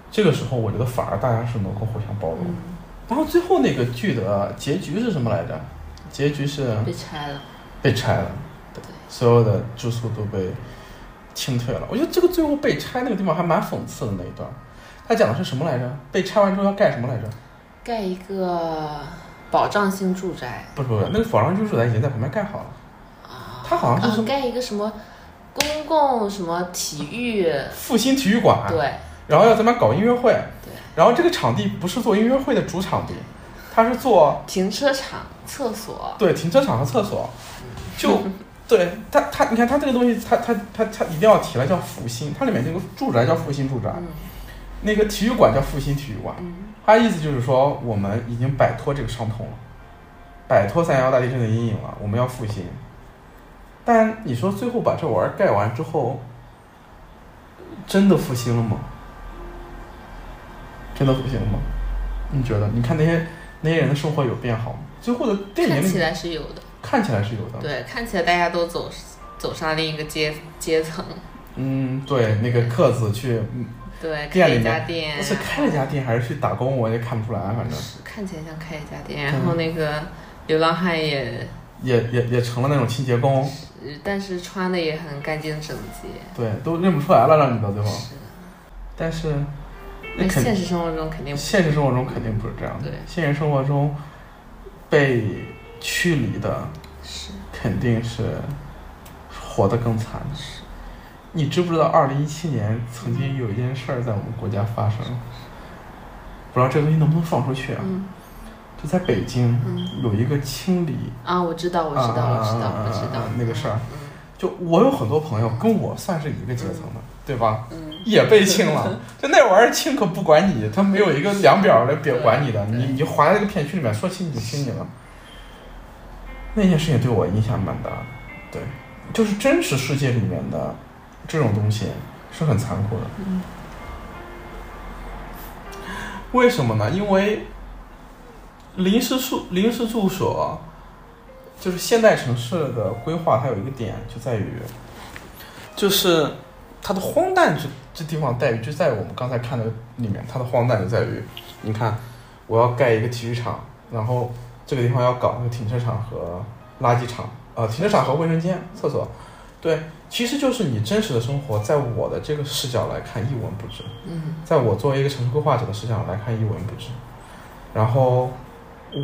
[SPEAKER 1] 这个时候，我觉得反而大家是能够互相包容。
[SPEAKER 2] 嗯
[SPEAKER 1] 然后最后那个剧的结局是什么来着？结局是
[SPEAKER 2] 被拆了，
[SPEAKER 1] 被拆了，对
[SPEAKER 2] 对
[SPEAKER 1] 所有的住宿都被清退了。我觉得这个最后被拆那个地方还蛮讽刺的那一段，他讲的是什么来着？被拆完之后要盖什么来着？
[SPEAKER 2] 盖一个保障性住宅
[SPEAKER 1] 不是不是，那个保障居住宅已经在旁边盖好了，
[SPEAKER 2] 啊，
[SPEAKER 1] 它好像是
[SPEAKER 2] 啊
[SPEAKER 1] 什么
[SPEAKER 2] 盖一个什么公共什么体育，
[SPEAKER 1] 复兴体育馆，
[SPEAKER 2] 对
[SPEAKER 1] 然后要在那边搞音乐会，
[SPEAKER 2] 对，
[SPEAKER 1] 然后这个场地不是做音乐会的主场地，它是做
[SPEAKER 2] 停车场、厕所，
[SPEAKER 1] 对停车场和厕所，就对它它你看它这个东西，它它它它一定要提了叫复兴，它里面这个住宅叫复兴住宅，
[SPEAKER 2] 嗯
[SPEAKER 1] 那个体育馆叫复兴体育馆。
[SPEAKER 2] 嗯
[SPEAKER 1] 他意思就是说，我们已经摆脱这个伤痛了，摆脱三幺大地震的阴影了，我们要复兴。但你说最后把这玩意儿盖完之后，真的复兴了吗？真的不行吗？你觉得？你看那些那些人的生活有变好吗？最后的电影
[SPEAKER 2] 看
[SPEAKER 1] 里
[SPEAKER 2] 起来是有的，
[SPEAKER 1] 看起来是有的。
[SPEAKER 2] 对，看起来大家都走走上另一个阶阶层，
[SPEAKER 1] 嗯，对，那个克子去，嗯
[SPEAKER 2] 对，
[SPEAKER 1] 店
[SPEAKER 2] 开
[SPEAKER 1] 里面
[SPEAKER 2] 一家店啊，
[SPEAKER 1] 是开了家店还是去打工，我也看不出来，反正
[SPEAKER 2] 是看起来像开一家
[SPEAKER 1] 嗯
[SPEAKER 2] 店，然后那个流浪汉也，
[SPEAKER 1] 也也也成了那种清洁工，
[SPEAKER 2] 呃但是穿的也很干净整洁，
[SPEAKER 1] 对，都认不出来了，让你到最后。
[SPEAKER 2] 是的，
[SPEAKER 1] 但是，那
[SPEAKER 2] 那
[SPEAKER 1] 哦肯
[SPEAKER 2] 现实生活中肯定不
[SPEAKER 1] 现实生活中肯定不是这样的。
[SPEAKER 2] 对
[SPEAKER 1] 现实生活中被驱离的
[SPEAKER 2] 是，
[SPEAKER 1] 肯定是活得更惨。
[SPEAKER 2] 是
[SPEAKER 1] 你知不知道，二零一七年曾经有一件事儿在我们国家发生？不知道这个东西能不能放出去啊？
[SPEAKER 2] 嗯
[SPEAKER 1] 就在北京
[SPEAKER 2] 嗯
[SPEAKER 1] 有一个清理，
[SPEAKER 2] 啊，我知道，我知道，
[SPEAKER 1] 啊
[SPEAKER 2] 我知道
[SPEAKER 1] 啊啊，
[SPEAKER 2] 我知
[SPEAKER 1] 啊
[SPEAKER 2] 道
[SPEAKER 1] 啊那个事儿，
[SPEAKER 2] 嗯
[SPEAKER 1] 就我有很多朋友跟我算是一个阶层的，对吧？
[SPEAKER 2] 嗯，
[SPEAKER 1] 也被清了，就那玩意儿清可不管你，他没有一个量表来表管你的，
[SPEAKER 2] 对
[SPEAKER 1] 你你划在这个片区里面，说清你就清你了。那件事情对我影响蛮大的，对，就是真实世界里面的这种东西是很残酷的。
[SPEAKER 2] 嗯
[SPEAKER 1] 为什么呢？因为临时住临时住所，就是现代城市的规划，它有一个点就在于，就是它的荒诞这这地方在于就在我们刚才看的里面，它的荒诞就在于，你看我要盖一个体育场，然后这个地方要搞一个停车场和垃圾场，呃，停车场和卫生间、厕所，对，其实就是你真实的生活，在我的这个视角来看一文不值。
[SPEAKER 2] 嗯
[SPEAKER 1] 在我作为一个城市规划者的视角来看一文不值。然后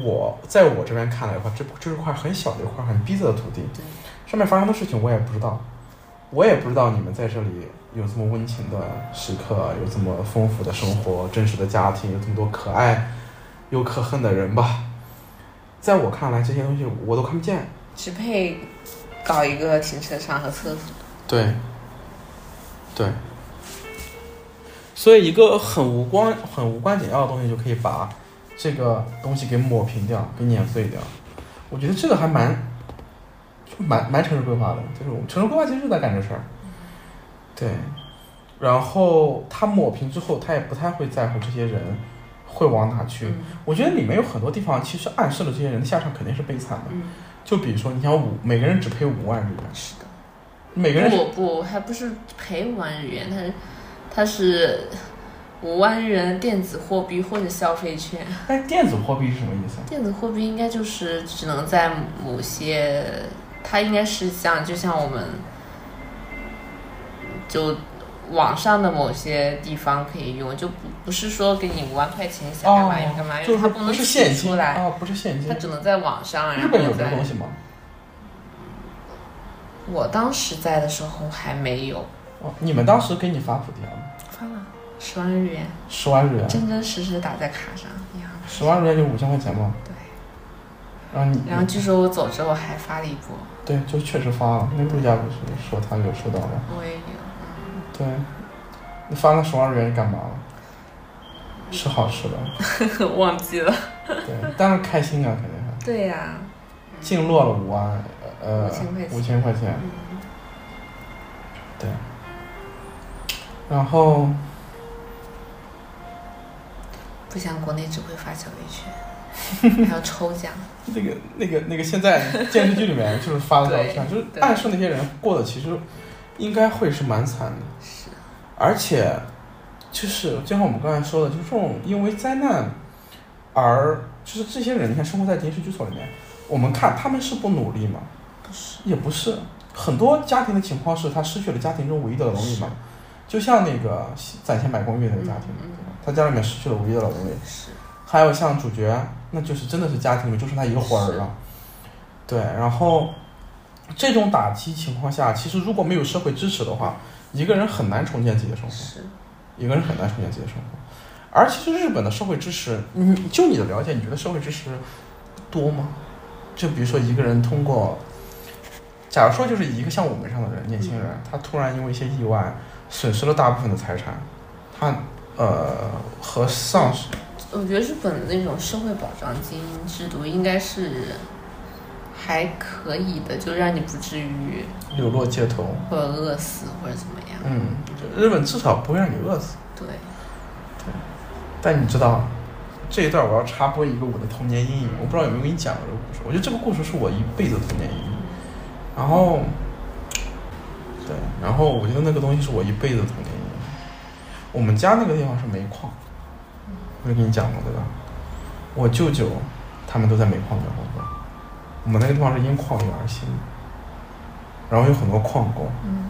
[SPEAKER 1] 我在我这边看了一块，这这是块很小的一块很逼仄的土地
[SPEAKER 2] 嗯对，
[SPEAKER 1] 上面发生的事情我也不知道，我也不知道你们在这里有这么温情的时刻，有这么丰富的生活，真实的家庭，有这么多可爱又可恨的人吧。在我看来，这些东西我都看不见。
[SPEAKER 2] 只配搞一个停车场和厕所，
[SPEAKER 1] 对，对。所以一个很无关、很无关紧要的东西，就可以把这个东西给抹平掉、给碾碎掉。我觉得这个还蛮、蛮、蛮城市规划的，就是我们城市规划其实就在干这事儿。对，然后它抹平之后，他也不太会在乎这些人会往哪去。
[SPEAKER 2] 嗯
[SPEAKER 1] 我觉得里面有很多地方其实暗示了这些人的下场肯定是悲惨的。
[SPEAKER 2] 嗯，
[SPEAKER 1] 就比如说，你想五每个人只赔五万日元，
[SPEAKER 2] 是的。
[SPEAKER 1] 每个人
[SPEAKER 2] 不不，还不是赔五万日元，它是它是五万日元的电子货币或者消费券。
[SPEAKER 1] 但是电子货币是什么意思？
[SPEAKER 2] 电子货币应该就是只能在某些，它应该是像就像我们就网上的某些地方可以用，就不不是说给你五万块钱你想干嘛用干嘛
[SPEAKER 1] 哦就
[SPEAKER 2] 用，
[SPEAKER 1] 是
[SPEAKER 2] 哎它不能
[SPEAKER 1] 不是
[SPEAKER 2] 取
[SPEAKER 1] 现金
[SPEAKER 2] 出来，
[SPEAKER 1] 啊，不是现金
[SPEAKER 2] 它。只能在网上。
[SPEAKER 1] 日
[SPEAKER 2] 然
[SPEAKER 1] 本有
[SPEAKER 2] 后
[SPEAKER 1] 这个
[SPEAKER 2] 在
[SPEAKER 1] 东西吗？
[SPEAKER 2] 我当时在的时候还没有，
[SPEAKER 1] 哦，你们当时给你发补贴了
[SPEAKER 2] 发了十万日元。
[SPEAKER 1] 十万日元，
[SPEAKER 2] 真真实实打在卡上一样。
[SPEAKER 1] 十万日元就五千块钱嘛。
[SPEAKER 2] 对。
[SPEAKER 1] 然后你，
[SPEAKER 2] 然后据说我走之后还发了一波，
[SPEAKER 1] 对，就确实发了。那陆家不是说他有收到吗？
[SPEAKER 2] 我也有。
[SPEAKER 1] 对，你发那十万日元干嘛了？吃好吃的，
[SPEAKER 2] 嗯忘记了。
[SPEAKER 1] 对，但是开心啊，肯定是。
[SPEAKER 2] 对呀、
[SPEAKER 1] 净落了五万，呃，
[SPEAKER 2] 5000块钱
[SPEAKER 1] 五千块钱。
[SPEAKER 2] 嗯，
[SPEAKER 1] 然后
[SPEAKER 2] 不像国内只会发小礼 券，还要抽奖。
[SPEAKER 1] 那个、那个、那个，现在电视剧里 面就是发的照片，就是
[SPEAKER 2] 对
[SPEAKER 1] 暗示那些人过得其实应该会是蛮惨的，
[SPEAKER 2] 是，
[SPEAKER 1] 而且就是就像我们刚才说的，就是这种因为灾难而就是这些人，你看生活在临时居所里面，我们看他们是不努力吗？
[SPEAKER 2] 不是？
[SPEAKER 1] 也不是，很多家庭的情况是他失去了家庭中唯一的劳动力嘛，就像那个攒钱买公寓那个家庭，
[SPEAKER 2] 嗯嗯
[SPEAKER 1] 对吧他家里面失去了唯一的劳动力，
[SPEAKER 2] 是，
[SPEAKER 1] 还有像主角，那就是真的是家庭里面就剩他一个活儿了。对，然后这种打击情况下，其实如果没有社会支持的话，一个人很难重建自己的生活，
[SPEAKER 2] 是，
[SPEAKER 1] 一个人很难重建自己的生活。而其实日本的社会支持，你就你的了解，你觉得社会支持多吗？就比如说一个人通过，假如说就是一个像我们这样的人，年轻人，他突然因为一些意外损失了大部分的财产，他呃和丧失
[SPEAKER 2] 我觉得日本的那种社会保障金制度应该是还可以的，就让你不至于
[SPEAKER 1] 流落街头。
[SPEAKER 2] 或者饿死或者怎么样。
[SPEAKER 1] 嗯，日本至少不会让你饿死。
[SPEAKER 2] 对，
[SPEAKER 1] 但你知道，这一段我要插播一个我的童年阴影，我不知道有没有跟你讲过这个故事。我觉得这个故事是我一辈子的童年阴影。然后，对，然后我觉得那个东西是我一辈子的童年阴影。我们家那个地方是煤矿，我就跟你讲过对吧？我舅舅他们都在煤矿里面工作，我们那个地方是因矿而兴，然后有很多矿工，
[SPEAKER 2] 嗯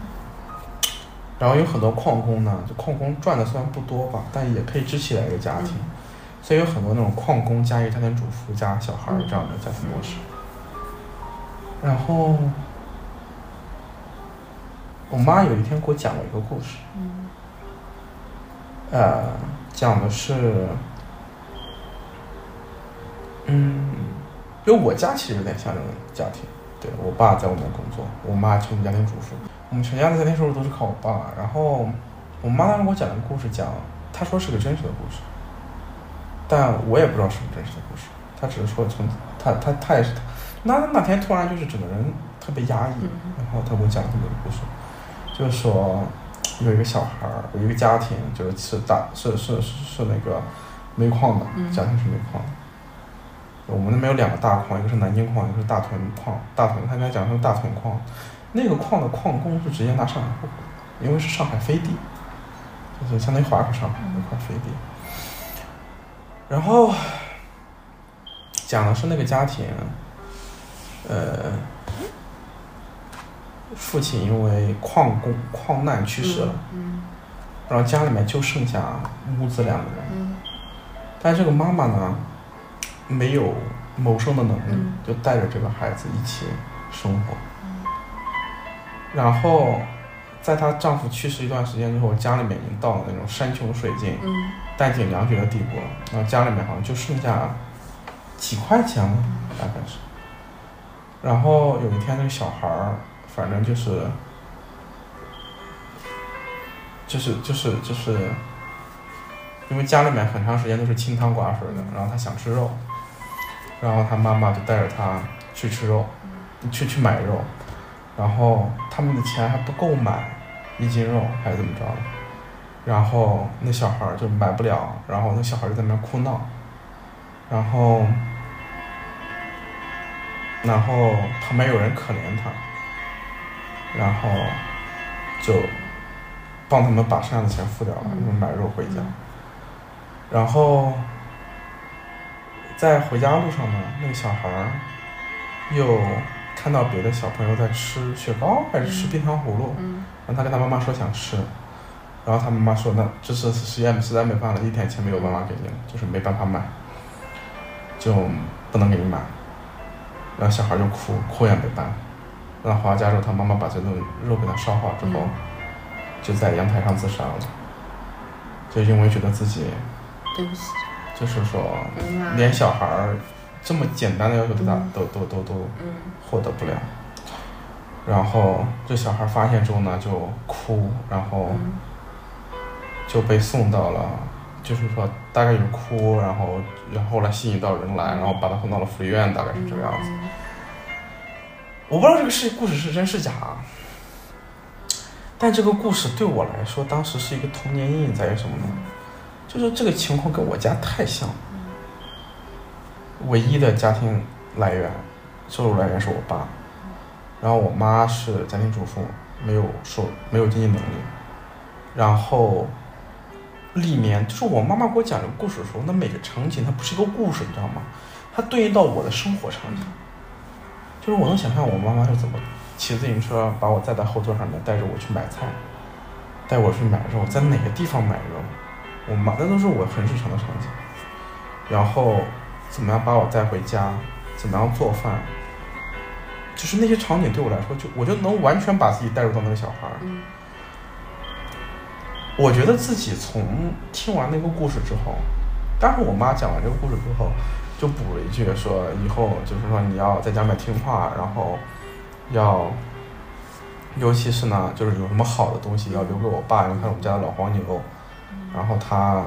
[SPEAKER 1] 然后有很多矿工呢，就矿工赚的虽然不多吧，但也可以支起来一个家庭，所以有很多那种矿工加一个家庭主妇加小孩儿这样的家庭模式。然后，我妈有一天给我讲了一个故事，
[SPEAKER 2] 嗯
[SPEAKER 1] 呃，讲的是，嗯，因为我家其实有点像这种家庭，对我爸在外面工作，我妈全职家庭主妇，我们全家的家庭收入都是靠我爸。然后我妈当时给我讲了个故事讲，她说是个真实的故事，但我也不知道是不是真实的故事，她只是说从她她她也是，那那天突然就是整个人特别压抑，
[SPEAKER 2] 嗯
[SPEAKER 1] 然后他给我讲了这么一个故事，就是说有一个小孩儿，有一个家庭，就是是大是是是是那个煤矿的，
[SPEAKER 2] 嗯
[SPEAKER 1] 家庭是煤矿的。我们那边有两个大矿，一个是南京矿，一个是大屯矿。大屯，他刚才讲说大屯矿，那个矿的矿工是直接拿上海户口的，因为是上海飞地，就是相当于华北上海那块飞地。然后讲的是那个家庭，呃，父亲因为矿工矿难去世了，
[SPEAKER 2] 嗯
[SPEAKER 1] 然后家里面就剩下母子两个人。
[SPEAKER 2] 嗯
[SPEAKER 1] 但这个妈妈呢，没有谋生的能力，
[SPEAKER 2] 嗯
[SPEAKER 1] 就带着这个孩子一起生活。然后，在她丈夫去世一段时间之后，家里面已经到了那种山穷水尽、
[SPEAKER 2] 嗯
[SPEAKER 1] 弹尽粮绝的地步了。然后家里面好像就剩下几块钱了，大概是。然后有一天，那个小孩儿，反正就是，就是就是就是，因为家里面很长时间都是清汤寡水的，然后他想吃肉，然后他妈妈就带着他去吃肉，去去买肉，然后他们的钱还不够买一斤肉，还是怎么着的？然后那小孩儿就买不了，然后那小孩儿就在那边哭闹，然后，然后旁边有人可怜他，然后就帮他们把剩下的钱付掉了，
[SPEAKER 2] 嗯
[SPEAKER 1] 就买肉回家
[SPEAKER 2] 嗯。
[SPEAKER 1] 然后在回家路上呢，那个小孩儿又看到别的小朋友在吃雪糕还是吃冰糖葫芦，
[SPEAKER 2] 嗯
[SPEAKER 1] 然后他跟他妈妈说想吃，然后他妈妈说那这次实验实在没办法了，一点钱没有办法给你了，就是没办法买，就不能给你买。然后小孩就哭，哭也没办法。然后回到家之后，他妈妈把这顿肉给他烧好之后，
[SPEAKER 2] 嗯
[SPEAKER 1] 就在阳台上自杀了，就因为觉得自己
[SPEAKER 2] 对不起，
[SPEAKER 1] 就是说
[SPEAKER 2] 嗯啊
[SPEAKER 1] 连小孩儿这么简单的要求都达
[SPEAKER 2] 嗯
[SPEAKER 1] 都都都都
[SPEAKER 2] 嗯
[SPEAKER 1] 获得不了。然后这小孩发现之后呢，就哭，然后
[SPEAKER 2] 嗯
[SPEAKER 1] 就被送到了，就是说大概有哭，然后然后后来吸引到人来，然后把他送到了福利院，大概是这个样子。
[SPEAKER 2] 嗯
[SPEAKER 1] 我不知道这个事故事是真是假，但这个故事对我来说，当时是一个童年阴影在于什么呢？就是这个情况跟我家太像了。唯一的家庭来源，收入来源是我爸，然后我妈是家庭主妇，没有收没有经济能力，然后里面就是我妈妈给我讲这个故事的时候，那每个场景它不是一个故事，你知道吗？它对应到我的生活场景。就是我能想象我妈妈是怎么骑自行车把我载在后座上面，带着我去买菜，带我去买肉，在哪个地方买肉，我妈那都是我很日常的场景。然后怎么样把我带回家，怎么样做饭，就是那些场景对我来说，就我就能完全把自己带入到那个小孩儿。
[SPEAKER 2] 嗯
[SPEAKER 1] 我觉得自己从听完那个故事之后，当时我妈讲完这个故事之后，就补了一句说，以后就是说你要在家里面听话，然后要，尤其是呢，就是有什么好的东西要留给我爸，因为他是我们家的老黄牛，然后他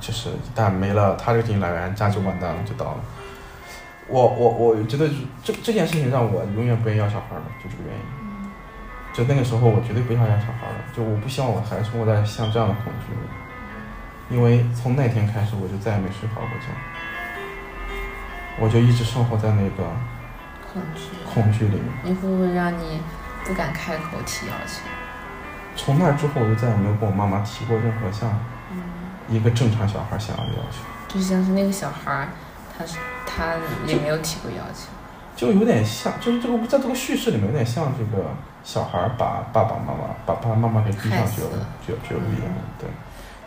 [SPEAKER 1] 就是一旦没了他这个经济来源，家就完蛋了，就倒了。我我我觉得这这件事情让我永远不愿意要小孩了，就这个原因。
[SPEAKER 2] 嗯
[SPEAKER 1] 就那个时候，我绝对不想养小孩了，就我不希望我的孩子生活在像这样的恐惧里。因为从那天开始，我就再也没睡好过觉，我就一直生活在那个
[SPEAKER 2] 恐惧，
[SPEAKER 1] 恐惧里面。
[SPEAKER 2] 你会不会让你不敢开口提要求？
[SPEAKER 1] 从那之后，我就再也没有跟我妈妈提过任何像一个正常小孩想要的要求，
[SPEAKER 2] 就像是那个小孩儿，他是他也没有提过要求，
[SPEAKER 1] 就有点像，就是这个在这个叙事里面有点像这个小孩把爸爸妈妈把爸爸妈妈给逼上
[SPEAKER 2] 害
[SPEAKER 1] 绝
[SPEAKER 2] 死
[SPEAKER 1] 路
[SPEAKER 2] 了
[SPEAKER 1] 绝绝路一样。对，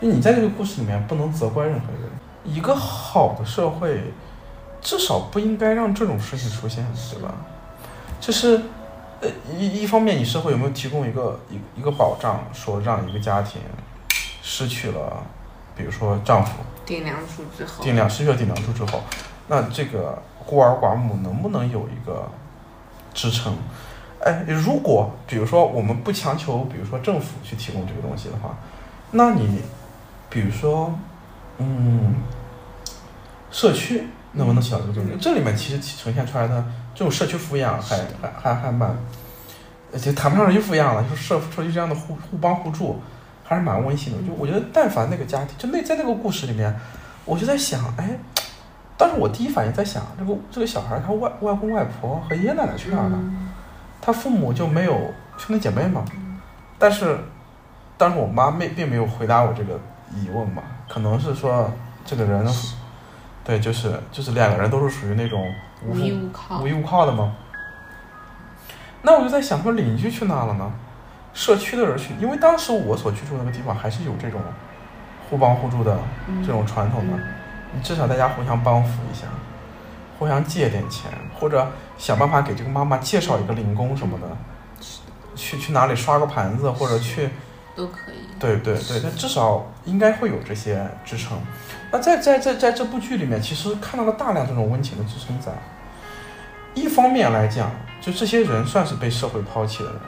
[SPEAKER 1] 因为你在这个故事里面不能责怪任何人，一个好的社会至少不应该让这种事情出现，对吧？就是。呃，一一方面，你社会有没有提供一个一一个保障，说让一个家庭失去了，比如说丈夫，
[SPEAKER 2] 定量数之后，
[SPEAKER 1] 定量失血定量数之后，那这个孤儿寡母能不能有一个支撑？哎，如果比如说我们不强求，比如说政府去提供这个东西的话，那你比如说，嗯，社区能不能起到这个作用？
[SPEAKER 2] 嗯
[SPEAKER 1] 这里面其实呈现出来的这种社区抚养还
[SPEAKER 2] 是的
[SPEAKER 1] 还还还蛮，而且谈不上社区抚养了，就是社社区这样的互互帮互助，还是蛮温馨的。就我觉得，但凡那个家庭，就那在那个故事里面，我就在想，哎，当时我第一反应在想，这个这个小孩儿他外外公外婆和爷爷奶奶去哪儿了？
[SPEAKER 2] 嗯
[SPEAKER 1] 他父母就没有兄弟姐妹嘛。但是，但是我妈没并没有回答我这个疑问嘛，可能是说这个人，对，就是就是两个人都是属于那种无
[SPEAKER 2] 无
[SPEAKER 1] 父
[SPEAKER 2] 依无靠
[SPEAKER 1] 无，依无靠的吗？那我就在想，说邻居去哪了呢？社区的人去，因为当时我所居住的那个地方还是有这种互帮互助的
[SPEAKER 2] 嗯
[SPEAKER 1] 这种传统的，你至少大家互相帮扶一下，互相借点钱，或者想办法给这个妈妈介绍一个零工什么的，去去哪里刷个盘子，或者去
[SPEAKER 2] 都可以。
[SPEAKER 1] 对对对，那至少应该会有这些支撑。那在在在在这部剧里面，其实看到了大量这种温情的支撑在。一方面来讲，就这些人算是被社会抛弃的人，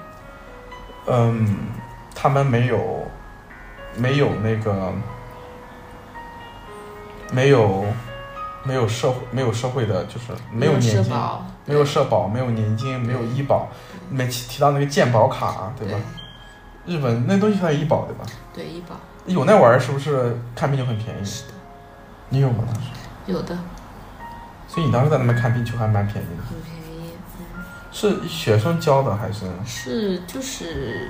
[SPEAKER 1] 嗯，他们没有没有那个没有没有社会没有社会的，就是没有年
[SPEAKER 2] 社
[SPEAKER 1] 金，
[SPEAKER 2] 保，
[SPEAKER 1] 没有社保，没有年金，没有医保。你们提提到那个健保卡，对
[SPEAKER 2] 对
[SPEAKER 1] 吧？日本那东西叫医保，对吧？
[SPEAKER 2] 对医保
[SPEAKER 1] 有那玩意儿是不是看病就很便宜？
[SPEAKER 2] 是的，
[SPEAKER 1] 你有吗？当时？
[SPEAKER 2] 有的
[SPEAKER 1] 所以你当时在那边看病就还蛮便宜的，
[SPEAKER 2] 很便宜，嗯
[SPEAKER 1] 是学生交的还是？
[SPEAKER 2] 是就是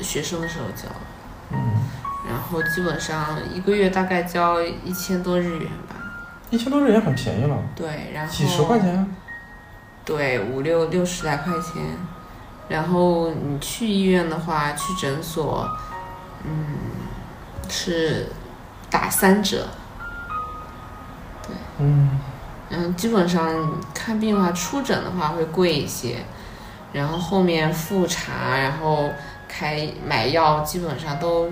[SPEAKER 2] 学生的时候交，
[SPEAKER 1] 嗯，
[SPEAKER 2] 然后基本上一个月大概交一千多日元吧。
[SPEAKER 1] 一千多日元很便宜了，
[SPEAKER 2] 对，然后
[SPEAKER 1] 几十块
[SPEAKER 2] 哦
[SPEAKER 1] 钱。
[SPEAKER 2] 对，五六六十来块钱。然后你去医院的话，去诊所，嗯，是打三折。
[SPEAKER 1] 嗯，
[SPEAKER 2] 嗯，基本上看病的话，出诊的话会贵一些，然后后面复查，然后开买药，基本上都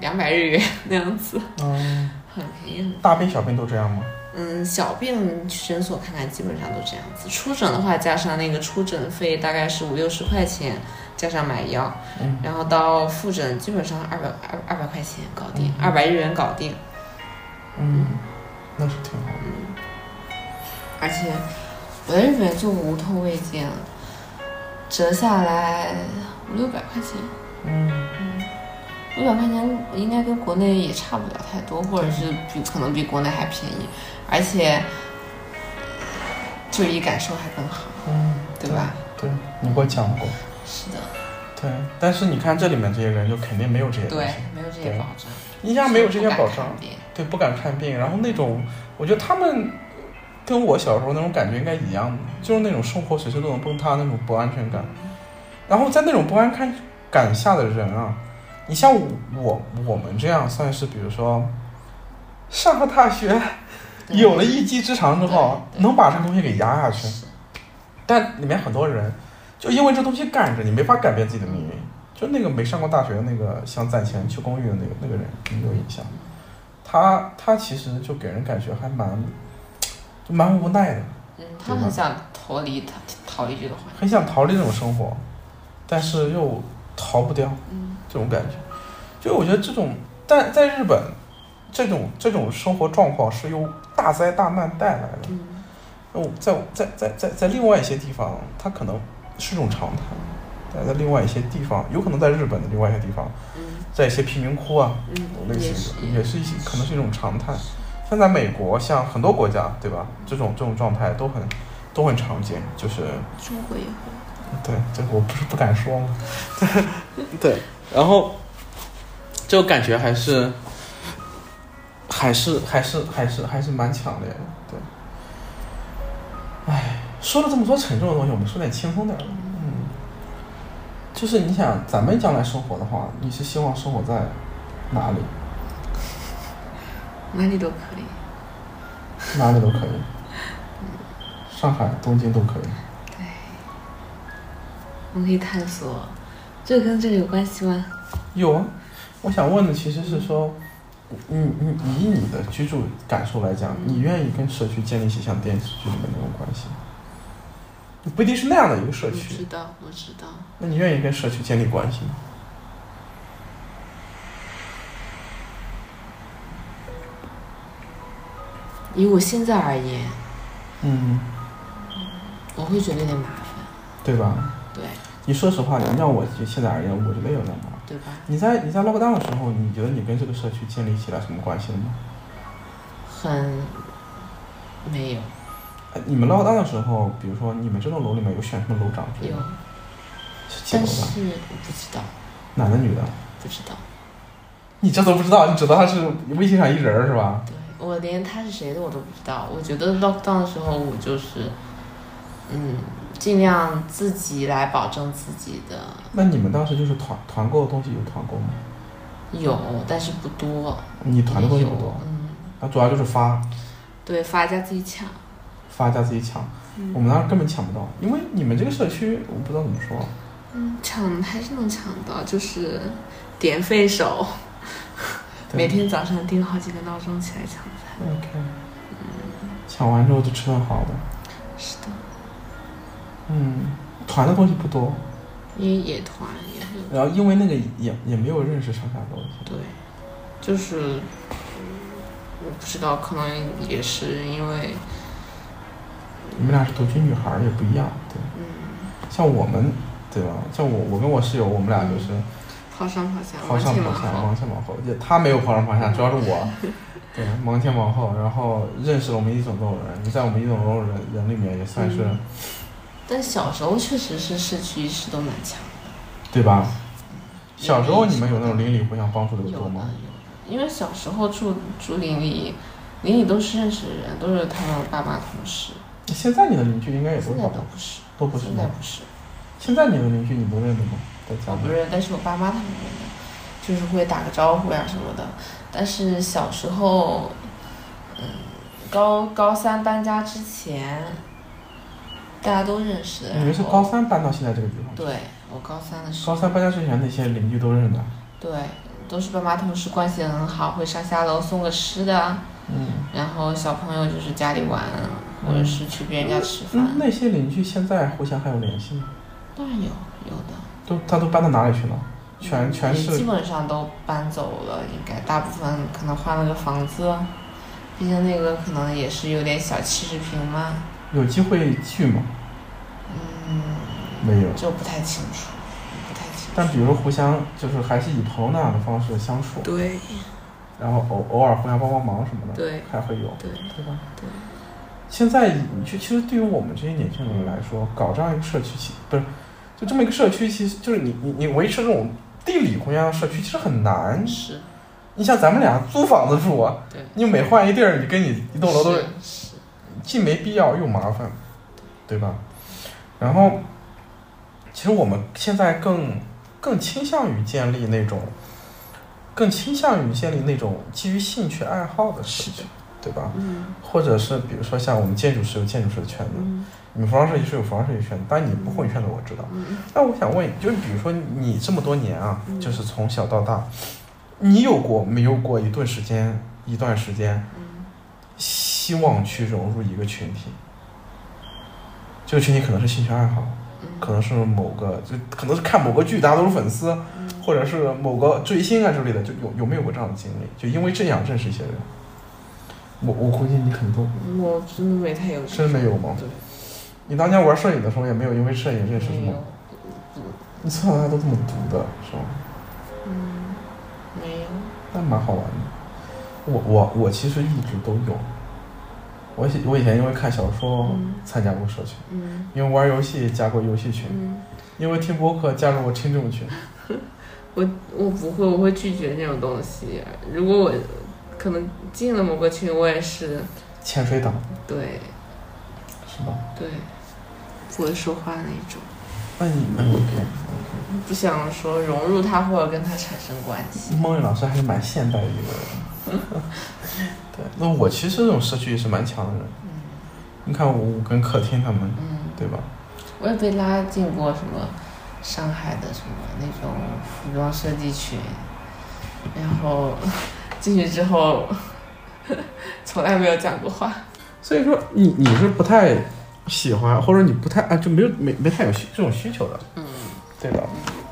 [SPEAKER 2] 两百日元 那样子，
[SPEAKER 1] 嗯，
[SPEAKER 2] 很便宜很。
[SPEAKER 1] 大病小病都这样吗？
[SPEAKER 2] 嗯，小病去诊所看看，基本上都这样子。出诊的话，加上那个出诊费大概是五六十块钱，加上买药，
[SPEAKER 1] 嗯
[SPEAKER 2] 然后到复诊基本上二百二二百块钱搞定，二百日元搞定。
[SPEAKER 1] 嗯，那是挺好的。
[SPEAKER 2] 而且我在日本就无痛卫健了，折下来五六百块钱，
[SPEAKER 1] 嗯，
[SPEAKER 2] 五百块钱应该跟国内也差不了太多，或者是比可能比国内还便宜，而且就医感受还更好，
[SPEAKER 1] 嗯，
[SPEAKER 2] 对吧？
[SPEAKER 1] 对，你给我讲过。
[SPEAKER 2] 是的，
[SPEAKER 1] 对，但是你看这里面这些人就肯定没有这些东
[SPEAKER 2] 对
[SPEAKER 1] 西，，
[SPEAKER 2] 没有这些
[SPEAKER 1] 对
[SPEAKER 2] 保障，
[SPEAKER 1] 一下没有这些保
[SPEAKER 2] 不敢
[SPEAKER 1] 障
[SPEAKER 2] 看，病
[SPEAKER 1] 对，不敢看病，然后那种，我觉得他们跟我小时候那种感觉应该一样的，就是那种生活随时都能崩塌那种不安全感。然后在那种不安全感下的人啊，你像我我们这样算是，比如说上个大学，
[SPEAKER 2] 对
[SPEAKER 1] 有了一技之长之后，
[SPEAKER 2] 对对
[SPEAKER 1] 能把这个东西给压下去。
[SPEAKER 2] 是
[SPEAKER 1] 但里面很多人就因为这东西干着，你没法改变自己的命运。就那个没上过大学的那个想攒钱去公寓的那个那个人，你有印象？他他其实就给人感觉还蛮就蛮无奈的，
[SPEAKER 2] 嗯，他很想逃离逃逃离这个环境，
[SPEAKER 1] 很想逃离这种生活，但是又逃不掉
[SPEAKER 2] 嗯，
[SPEAKER 1] 这种感觉。就我觉得这种，但在日本，这种这种生活状况是由大灾大难带来的。
[SPEAKER 2] 嗯，
[SPEAKER 1] 那我在在在在在另外一些地方，它可能是种常态，但在另外一些地方，有可能在日本的另外一些地方，
[SPEAKER 2] 嗯
[SPEAKER 1] 在一些贫民窟啊，
[SPEAKER 2] 嗯，
[SPEAKER 1] 类
[SPEAKER 2] 也
[SPEAKER 1] 似
[SPEAKER 2] 是
[SPEAKER 1] 于的，也是一些可能是一种常态。像在美国，像很多国家，对吧？这种这种状态都很都很常见，就是
[SPEAKER 3] 中国也会，
[SPEAKER 1] 对，这个我不是不敢说嘛。 对，然后这个感觉还是还是还是还是还是蛮强烈的。对，哎，说了这么多沉重的东西，我们说点轻松点儿的。嗯，就是你想，咱们将来生活的话，你是希望生活在哪里？
[SPEAKER 2] 哪里都可以。
[SPEAKER 1] 哪里都可以，上海、东京都可以。
[SPEAKER 2] 我们可以探索，这跟这个有关系吗？
[SPEAKER 1] 有啊，我想问的其实是说，你你以你的居住感受来讲，你愿意跟社区建立起像电视剧里面那种关系吗？不一定是那样的一个社
[SPEAKER 2] 我知
[SPEAKER 1] 区，
[SPEAKER 2] 道，我知道，
[SPEAKER 1] 那你愿意跟社区建立关系吗？
[SPEAKER 2] 以我现在而言，
[SPEAKER 1] 嗯，
[SPEAKER 2] 我会觉得有点麻烦，
[SPEAKER 1] 对吧？
[SPEAKER 2] 对
[SPEAKER 1] 你说实话，你让我现在而言，我觉得有点麻烦。
[SPEAKER 2] 对吧？
[SPEAKER 1] 你在你在 lock down 的时候，你觉得你跟这个社区建立起来什么关系了吗？
[SPEAKER 2] 很没有
[SPEAKER 1] 哎你们 lock down 的时候，比如说你们这栋楼里面有选什么楼长之类
[SPEAKER 2] 有
[SPEAKER 1] 的，，是几楼
[SPEAKER 2] 但
[SPEAKER 1] 的？
[SPEAKER 2] 是我不知道，
[SPEAKER 1] 男的女的？
[SPEAKER 2] 不知道，
[SPEAKER 1] 你这都不知道，你知道他是微信上一人儿是吧？
[SPEAKER 2] 对我连他是谁的我都不知道。我觉得 lockdown 的时候，我就是嗯，尽量自己来保证自己的
[SPEAKER 1] 那你们当时就是团团购的东西有团购吗？
[SPEAKER 2] 有，但是不多，
[SPEAKER 1] 你团的东西
[SPEAKER 2] 有
[SPEAKER 1] 不多，
[SPEAKER 2] 嗯，
[SPEAKER 1] 那主要就是发
[SPEAKER 2] 对，发家自己抢，
[SPEAKER 1] 发加自己抢。
[SPEAKER 2] 嗯
[SPEAKER 1] 我们当时根本抢不到，因为你们这个社区，我不知道怎么说，
[SPEAKER 3] 嗯，抢还是能抢到，
[SPEAKER 2] 就是点费手。
[SPEAKER 1] 对
[SPEAKER 2] 每天早上定好几个闹钟起来抢菜。
[SPEAKER 1] OK，抢完之后就吃顿好的。
[SPEAKER 2] 是的，
[SPEAKER 1] 嗯，团的东西不多，
[SPEAKER 2] 因为野团也很
[SPEAKER 1] 然后因为那个也也没有认识上下楼，
[SPEAKER 2] 对，就是嗯我不知道，可能也是因为
[SPEAKER 1] 你们俩是独居女孩儿也不一样，对，
[SPEAKER 2] 嗯，
[SPEAKER 1] 像我们，对吧？像我我跟我室友，我们俩就是。
[SPEAKER 2] 跑上跑下，
[SPEAKER 1] 跑上
[SPEAKER 2] 前
[SPEAKER 1] 跑
[SPEAKER 2] 忙
[SPEAKER 1] 下，
[SPEAKER 2] 后，
[SPEAKER 1] 忙前忙后，也他没有跑上跑下，主要是 我，对，忙前忙后，然后认识了我们一总楼人，你在我们一总楼人人里面也算是、
[SPEAKER 2] 嗯但小时候确实是社区意识都蛮强的，
[SPEAKER 1] 对吧？小时候
[SPEAKER 2] 有
[SPEAKER 1] 你们有那种邻里互相帮助的
[SPEAKER 2] 有的
[SPEAKER 1] 多
[SPEAKER 2] 有啊的
[SPEAKER 1] 吗？，
[SPEAKER 2] 因为小时候住住邻里，邻里都是认识的人，都是他们爸妈同事，
[SPEAKER 1] 现在你的邻居应该也都
[SPEAKER 2] 现
[SPEAKER 1] 是
[SPEAKER 2] 在
[SPEAKER 1] 吧
[SPEAKER 2] 都不是，
[SPEAKER 1] 都不是
[SPEAKER 2] 现在
[SPEAKER 1] 吗？
[SPEAKER 2] 不是。
[SPEAKER 1] 现在你的邻居你都认得吗？在家
[SPEAKER 2] 我
[SPEAKER 1] 里
[SPEAKER 2] 不认，但是我爸妈他们认得，就是会打个招呼呀、什么的。但是小时候，嗯，高高三搬家之前，大家都认识。
[SPEAKER 1] 你们是
[SPEAKER 2] 然
[SPEAKER 1] 高
[SPEAKER 2] 后？
[SPEAKER 1] 三搬到现在这个地方？
[SPEAKER 2] 对，我高三的时
[SPEAKER 1] 高
[SPEAKER 2] 候，
[SPEAKER 1] 三搬家之前那些邻居都认得。
[SPEAKER 2] 对，都是爸妈同事，关系很好，会上下楼送个吃的，
[SPEAKER 1] 嗯，
[SPEAKER 2] 然后小朋友就是家里玩，或者是去别人家吃
[SPEAKER 1] 那
[SPEAKER 2] 饭。
[SPEAKER 1] 嗯那些邻居现在互相还有联系吗？
[SPEAKER 2] 当然有，有的，
[SPEAKER 1] 都他都搬到哪里去了？全全
[SPEAKER 2] 也基
[SPEAKER 1] 是
[SPEAKER 2] 本上都搬走了，应该大部分可能换了个房子，毕竟那个可能也是有点小七十平嘛，
[SPEAKER 1] 有机会聚吗？
[SPEAKER 2] 嗯，
[SPEAKER 1] 没有。
[SPEAKER 2] 就不太清楚，不太清
[SPEAKER 1] 但
[SPEAKER 2] 楚。
[SPEAKER 1] 比如互相就是还是以朋友那样的方式相处，
[SPEAKER 3] 对
[SPEAKER 1] 然后偶偶尔互相帮帮忙什么的，
[SPEAKER 3] 对
[SPEAKER 1] 还会有，
[SPEAKER 3] 对，
[SPEAKER 1] 对吧？
[SPEAKER 3] 对。
[SPEAKER 1] 现在你去，其实对于我们这些年轻人来说，搞这样一个社区，其不是就这么一个社区，其实就是你你你维持这种地理互相社区，其实很难。
[SPEAKER 2] 是，
[SPEAKER 1] 你像咱们俩租房子住啊
[SPEAKER 2] 对，
[SPEAKER 1] 你每换一地儿，你跟你一栋楼都
[SPEAKER 2] 是是，
[SPEAKER 1] 既没必要又麻烦，对吧？然后，其实我们现在更更倾向于建立那种，更倾向于建立那种基于兴趣爱好的社
[SPEAKER 3] 是
[SPEAKER 1] 区，对吧？
[SPEAKER 3] 嗯
[SPEAKER 1] 或者是比如说像我们建筑师有建筑师的圈子，
[SPEAKER 3] 嗯
[SPEAKER 1] 你们服装设计师有服装设计圈子，但你不混圈子我知道。
[SPEAKER 3] 嗯，
[SPEAKER 1] 那我想问，就是比如说你这么多年啊，
[SPEAKER 3] 嗯
[SPEAKER 1] 就是从小到大，你有过没有过一段时间一段时间
[SPEAKER 2] 嗯，
[SPEAKER 1] 希望去融入一个群体？这个群体可能是兴趣爱好，
[SPEAKER 2] 嗯
[SPEAKER 1] 可能是某个就可能是看某个剧，大家都是粉丝，或者是某个追星啊之类的，就有有没有过这样的经历？就因为这样认识一些人，我我估计你很多
[SPEAKER 2] 嗯，我真的没太有，
[SPEAKER 1] 真没有吗？
[SPEAKER 2] 对，
[SPEAKER 1] 你当年玩摄影的时候也没有因为摄影认识什
[SPEAKER 2] 没
[SPEAKER 1] 么
[SPEAKER 2] 有，
[SPEAKER 1] 你从小到大都这么读的是吗？
[SPEAKER 2] 嗯没有，
[SPEAKER 1] 那蛮好玩的。我我我其实一直都有，我以我以前因为看小说参加过社群，
[SPEAKER 2] 嗯
[SPEAKER 1] 因为玩游戏加过游戏群，
[SPEAKER 2] 嗯，
[SPEAKER 1] 因为听播客加入过听众群。
[SPEAKER 2] 我我不会，我会拒绝那种东西。如果我可能进了某个群，我也是
[SPEAKER 1] 潜水党
[SPEAKER 2] 对
[SPEAKER 1] 是吧？
[SPEAKER 2] 对，不会说话那种，
[SPEAKER 1] 那你那 OK，
[SPEAKER 2] 不想说融入他或者跟他产生关系。
[SPEAKER 1] 孟韵老师还是蛮现代的一个人。对，那我其实这种社区也是蛮强的人。你看我我跟客厅他们，
[SPEAKER 2] 嗯，
[SPEAKER 1] 对吧？
[SPEAKER 2] 我也被拉进过什么上海的什么那种服装设计群，然后进去之后 从来没有讲过话。
[SPEAKER 1] 所以说你你是不太喜欢，或者你不太啊就没有没没太有需这种需求的，
[SPEAKER 2] 嗯，
[SPEAKER 1] 对吧？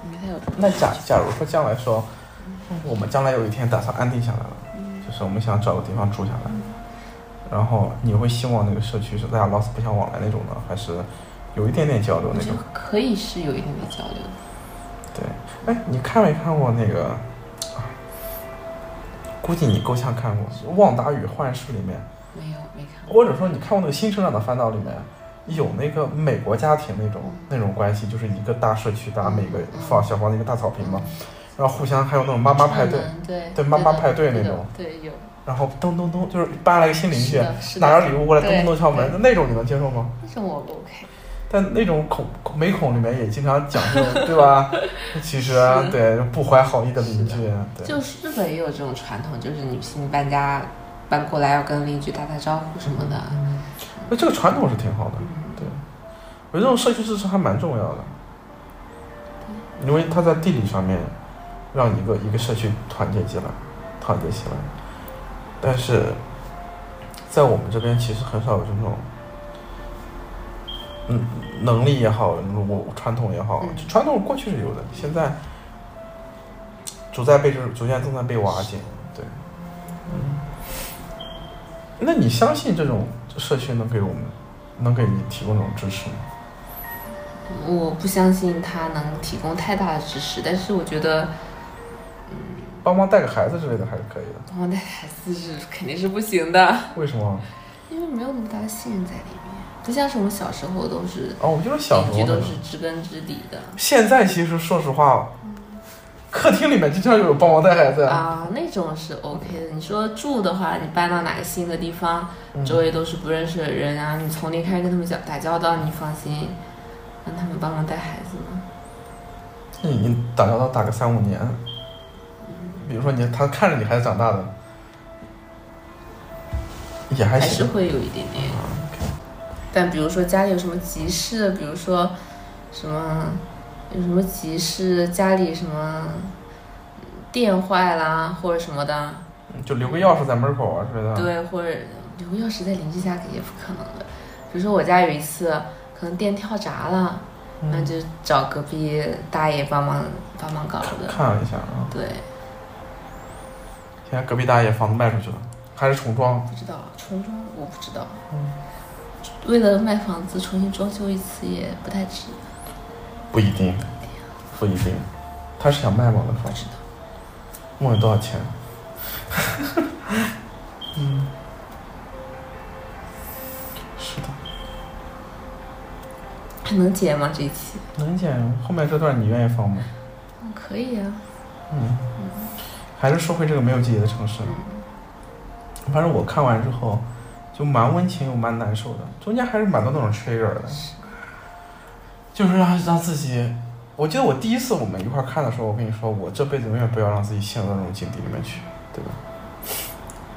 [SPEAKER 2] 没太有
[SPEAKER 1] 那假假如说将来说，我们将来有一天打算安定下来了，就是我们想找个地方住下来，然后你会希望那个社区是大家老死不相往来那种呢，还是有一点点交流
[SPEAKER 2] 我
[SPEAKER 1] 那
[SPEAKER 2] 觉
[SPEAKER 1] 种
[SPEAKER 2] 得？可以是有一点点交流的。
[SPEAKER 1] 对，哎，你看没看过那个？啊估计你够呛看过《旺达与幻视》里面，
[SPEAKER 2] 没有，没看过。
[SPEAKER 1] 或者说你看过那个《新成长的烦恼》里面，有那个美国家庭那种那种关系，就是一个大社区，大家每个放小房子一个大草坪嘛，然后互相还有那种妈妈派对，
[SPEAKER 2] 串门，嗯对
[SPEAKER 1] 对妈妈派对
[SPEAKER 2] 对的
[SPEAKER 1] 那种，
[SPEAKER 2] 对有。
[SPEAKER 1] 然后咚咚咚，就是搬来个新邻居
[SPEAKER 2] 是，的，是的
[SPEAKER 1] 拿着礼物过来咚
[SPEAKER 2] 对
[SPEAKER 1] 咚咚敲门，那种你能接受吗？
[SPEAKER 2] 那种我不 OK。
[SPEAKER 1] 但那种恐恐美恐里面也经常讲 这种，对吧？其实啊
[SPEAKER 2] 是
[SPEAKER 1] 对不怀好意的邻居，啊对
[SPEAKER 2] 就是日本也有这种传统，就是你新搬家搬过来要跟邻居打打招呼什么的。嗯
[SPEAKER 1] 那这个传统是挺好的。对，我觉得这种社区支持还蛮重要的，因为它在地理上面让一个一个社区团结起来，团结起来。但是在我们这边其实很少有这种，嗯，能力也好，我传统也好，
[SPEAKER 2] 嗯
[SPEAKER 1] 传统过去是有的，现在主在被这逐渐正在被瓦解。对，嗯，那你相信这种社区能给我们能给你提供这种支持吗？
[SPEAKER 2] 我不相信他能提供太大的支持，但是我觉得
[SPEAKER 1] 帮忙带个孩子之类的还是可以的。
[SPEAKER 2] 帮我带哦孩子是肯定是不行的，
[SPEAKER 1] 为什么？
[SPEAKER 2] 因为没有那么大的信任在里面，不像是我们小时候都是
[SPEAKER 1] 哦，我就是小时
[SPEAKER 2] 邻居
[SPEAKER 1] 候那
[SPEAKER 2] 都
[SPEAKER 1] 种。
[SPEAKER 2] 是知根知底的
[SPEAKER 1] 现在其实说实话，客厅里面经常有帮忙带孩子。
[SPEAKER 2] 啊，那种是 OK 的。你说住的话，你搬到哪个新的地方，
[SPEAKER 1] 嗯
[SPEAKER 2] 周围都是不认识的人啊，你从零开始跟他们交打交道，你放心让他们帮忙带孩子吗？
[SPEAKER 1] 你你打交道打个三五年，比如说你他看着你孩子长大的，也还
[SPEAKER 2] 还是
[SPEAKER 1] 行。
[SPEAKER 2] 会有一点点。
[SPEAKER 1] 啊，OK
[SPEAKER 2] 但比如说家里有什么急事，比如说什么有什么急事，家里什么电坏啦或者什么
[SPEAKER 1] 啊
[SPEAKER 2] 的，
[SPEAKER 1] 就留个钥匙在门口啊之类的。
[SPEAKER 2] 对，或者留个钥匙在邻居家也不可能的。比如说我家有一次可能电跳闸了，那
[SPEAKER 1] 嗯，
[SPEAKER 2] 就找隔壁大爷帮忙帮忙搞的。
[SPEAKER 1] 看了一下啊，
[SPEAKER 2] 对，
[SPEAKER 1] 现在隔壁大爷房子卖出去了，还是重装。
[SPEAKER 2] 不知道重装我不知道，
[SPEAKER 1] 嗯
[SPEAKER 2] 为了卖房子重新装修一次也不太值，
[SPEAKER 1] 不一定，不一定，他是想卖吗？那
[SPEAKER 2] 不
[SPEAKER 1] 房子
[SPEAKER 2] 知道。
[SPEAKER 1] 问了多少 钱？嗯，是的，
[SPEAKER 2] 还能剪吗？这一期？
[SPEAKER 1] 能减。后面这段你愿意放吗？
[SPEAKER 2] 嗯，可以啊。
[SPEAKER 1] 嗯，还是说回这个没有季节的城市。反正我看完之后，就蛮温情又蛮难受的，中间还是蛮多那种 trigger 的，就是让让自己。我记得我第一次我们一块儿看的时候，我跟你说，我这辈子永远不要让自己陷入到那种境地里面去，对吧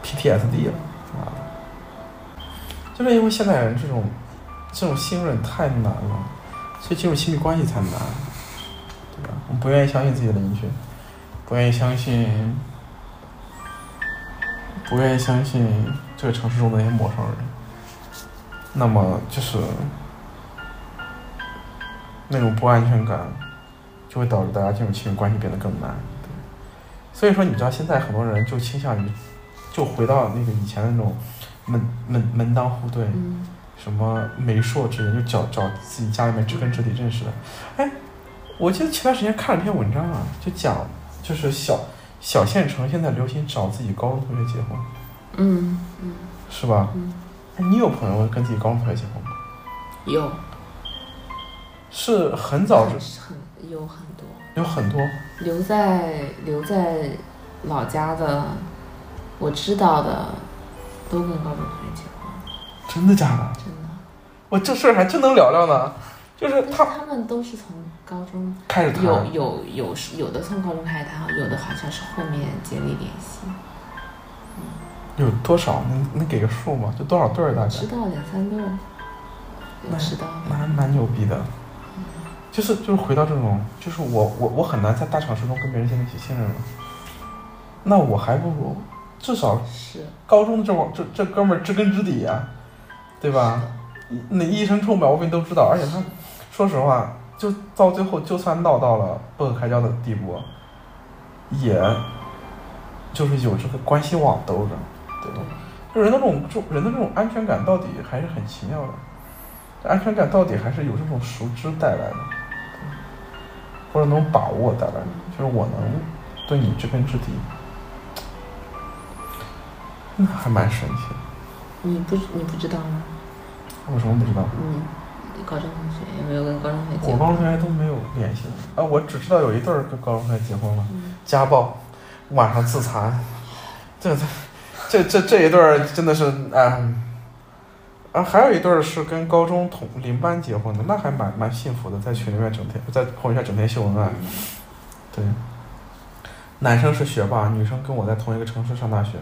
[SPEAKER 1] ？PTSD 了，妈的！就是因为现代人这种这种信任太难了，所以进入亲密关系才难，对吧？我们不愿意相信自己的邻居，不愿意相信，不愿意相信这个城市中的那些陌生人。那么就是那种不安全感，就会导致大家进入亲密关系变得更难。对所以说，你知道现在很多人就倾向于就回到那个以前的那种门门门当户对，
[SPEAKER 2] 嗯，
[SPEAKER 1] 什么媒妁之言，就找找自己家里面知根知底认识的。哎，我记得前段时间看了篇文章啊，就讲就是小小县城现在流行找自己高中同学结婚，
[SPEAKER 2] 嗯，
[SPEAKER 1] 是吧？哎
[SPEAKER 2] 嗯
[SPEAKER 1] 你有朋友跟自己高中同学结婚吗？
[SPEAKER 2] 有
[SPEAKER 1] 是很早之
[SPEAKER 2] 很有很多
[SPEAKER 1] 有很多，
[SPEAKER 2] 留在留在老家的，我知道的都跟高中同学结婚，
[SPEAKER 1] 真的假的？
[SPEAKER 2] 真的。
[SPEAKER 1] 我这事儿还真能聊聊呢。就是
[SPEAKER 2] 但
[SPEAKER 1] 他
[SPEAKER 2] 他们都是从高中
[SPEAKER 1] 开始谈，
[SPEAKER 2] 有有有是有的从高中开始谈，有的好像是后面建立联系，
[SPEAKER 1] 有多少？能能给个数吗？就多少对儿大概？
[SPEAKER 2] 知道两三对儿，有知道的。
[SPEAKER 1] 那还蛮牛逼的。就是就是回到这种，就是我我我很难在大城市中跟别人建立起信任了。那我还不如至少
[SPEAKER 2] 是，
[SPEAKER 1] 高中的这帮这这哥们儿知根知底呀、对吧？一那一身臭毛病都知道，而且他说实话，就到最后，就算闹到了不可开交的地步，也就是有这个关系网兜着，对吧？就人的这种这人的这种安全感到底还是很奇妙的，这安全感到底还是由这种熟知带来的，对或者能把握带来的，就是我能对你知根知底，那还蛮神奇的。
[SPEAKER 2] 你不你不知道吗？
[SPEAKER 1] 为什么不知道？
[SPEAKER 2] 嗯，你高中同学有没有跟高中同学结
[SPEAKER 1] 我高中
[SPEAKER 2] 婚？
[SPEAKER 1] 同学都没有联系了啊，我只知道有一对儿跟高中同学结婚了，
[SPEAKER 2] 嗯
[SPEAKER 1] 家暴，晚上自残，这这这这这一对儿真的是啊、啊，还有一对儿是跟高中同邻班结婚的，那还蛮蛮幸福的，在群里面整天在朋友圈整天秀恩爱，对，男生是学霸，女生跟我在同一个城市上大学，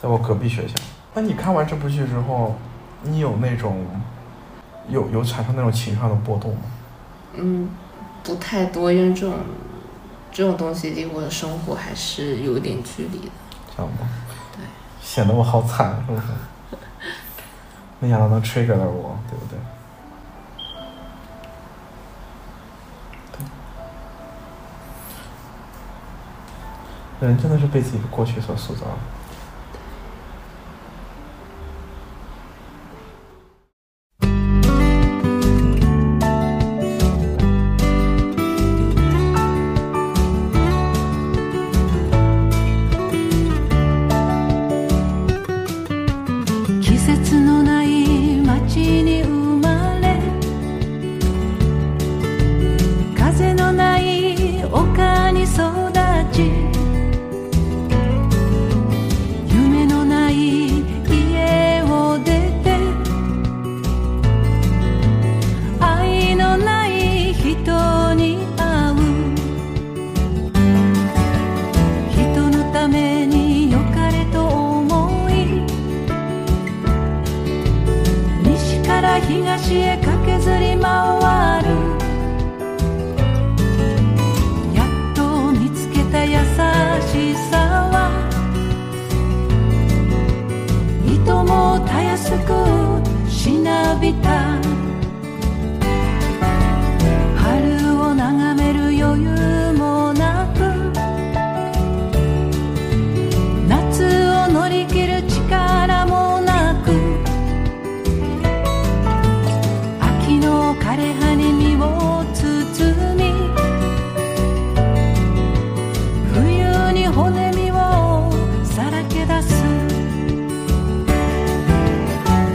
[SPEAKER 1] 在我隔壁学校。那你看完这部剧之后，你有那种有有产生那种情绪上的波动吗？
[SPEAKER 2] 嗯，不太多，因为这种这种东西离我的生活还是有点距离的。
[SPEAKER 1] 这样吗？
[SPEAKER 2] 对，
[SPEAKER 1] 显得我好惨，是不是？没想到能 trigger 到我，对不对？对。人真的是被自己的过去所塑造的。
[SPEAKER 4] 季節のない街に生まれ風のない丘に育ち夢のない家を出て愛のない人に会う人のために良かれと思い西から東へ駆けずり回るやっと見つけた優しさはいともたやすくしなびた春を眺める余裕もなく夏を乗り切る力もなく秋の枯れ葉に身を包み冬に骨身をさらけ出す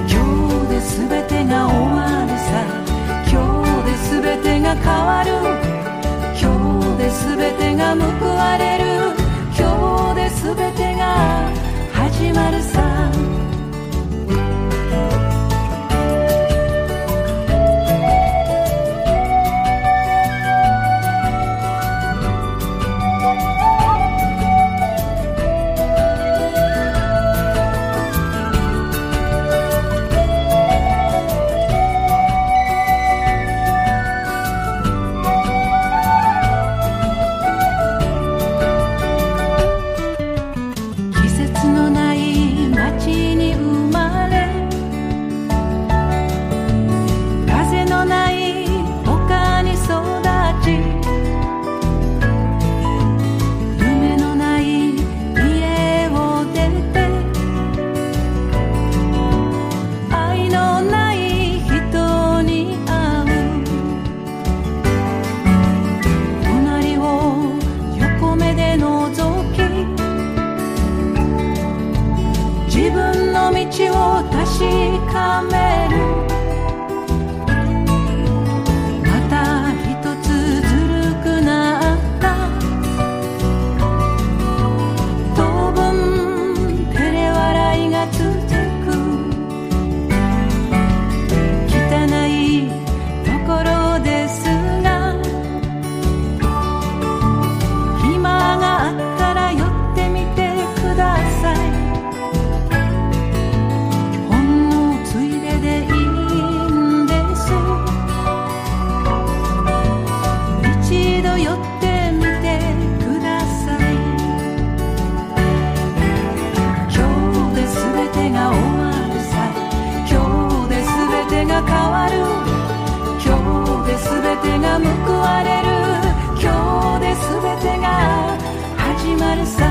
[SPEAKER 4] 今日で全てが終わるさ今日で全てが変わる今日で全てが報われる今日で全てが始まるさ季節のない街にかめる」「またひとつずるくなった」「当分照れ笑いが続く」「汚いところですが」「暇があったら寄ってみてください」ほんのついででいいんです」「一度寄ってみてください」「今日で全てが終わるさ」「今日で全てが変わる」「今日で全てが報われる」「今日で全てが始まるさ」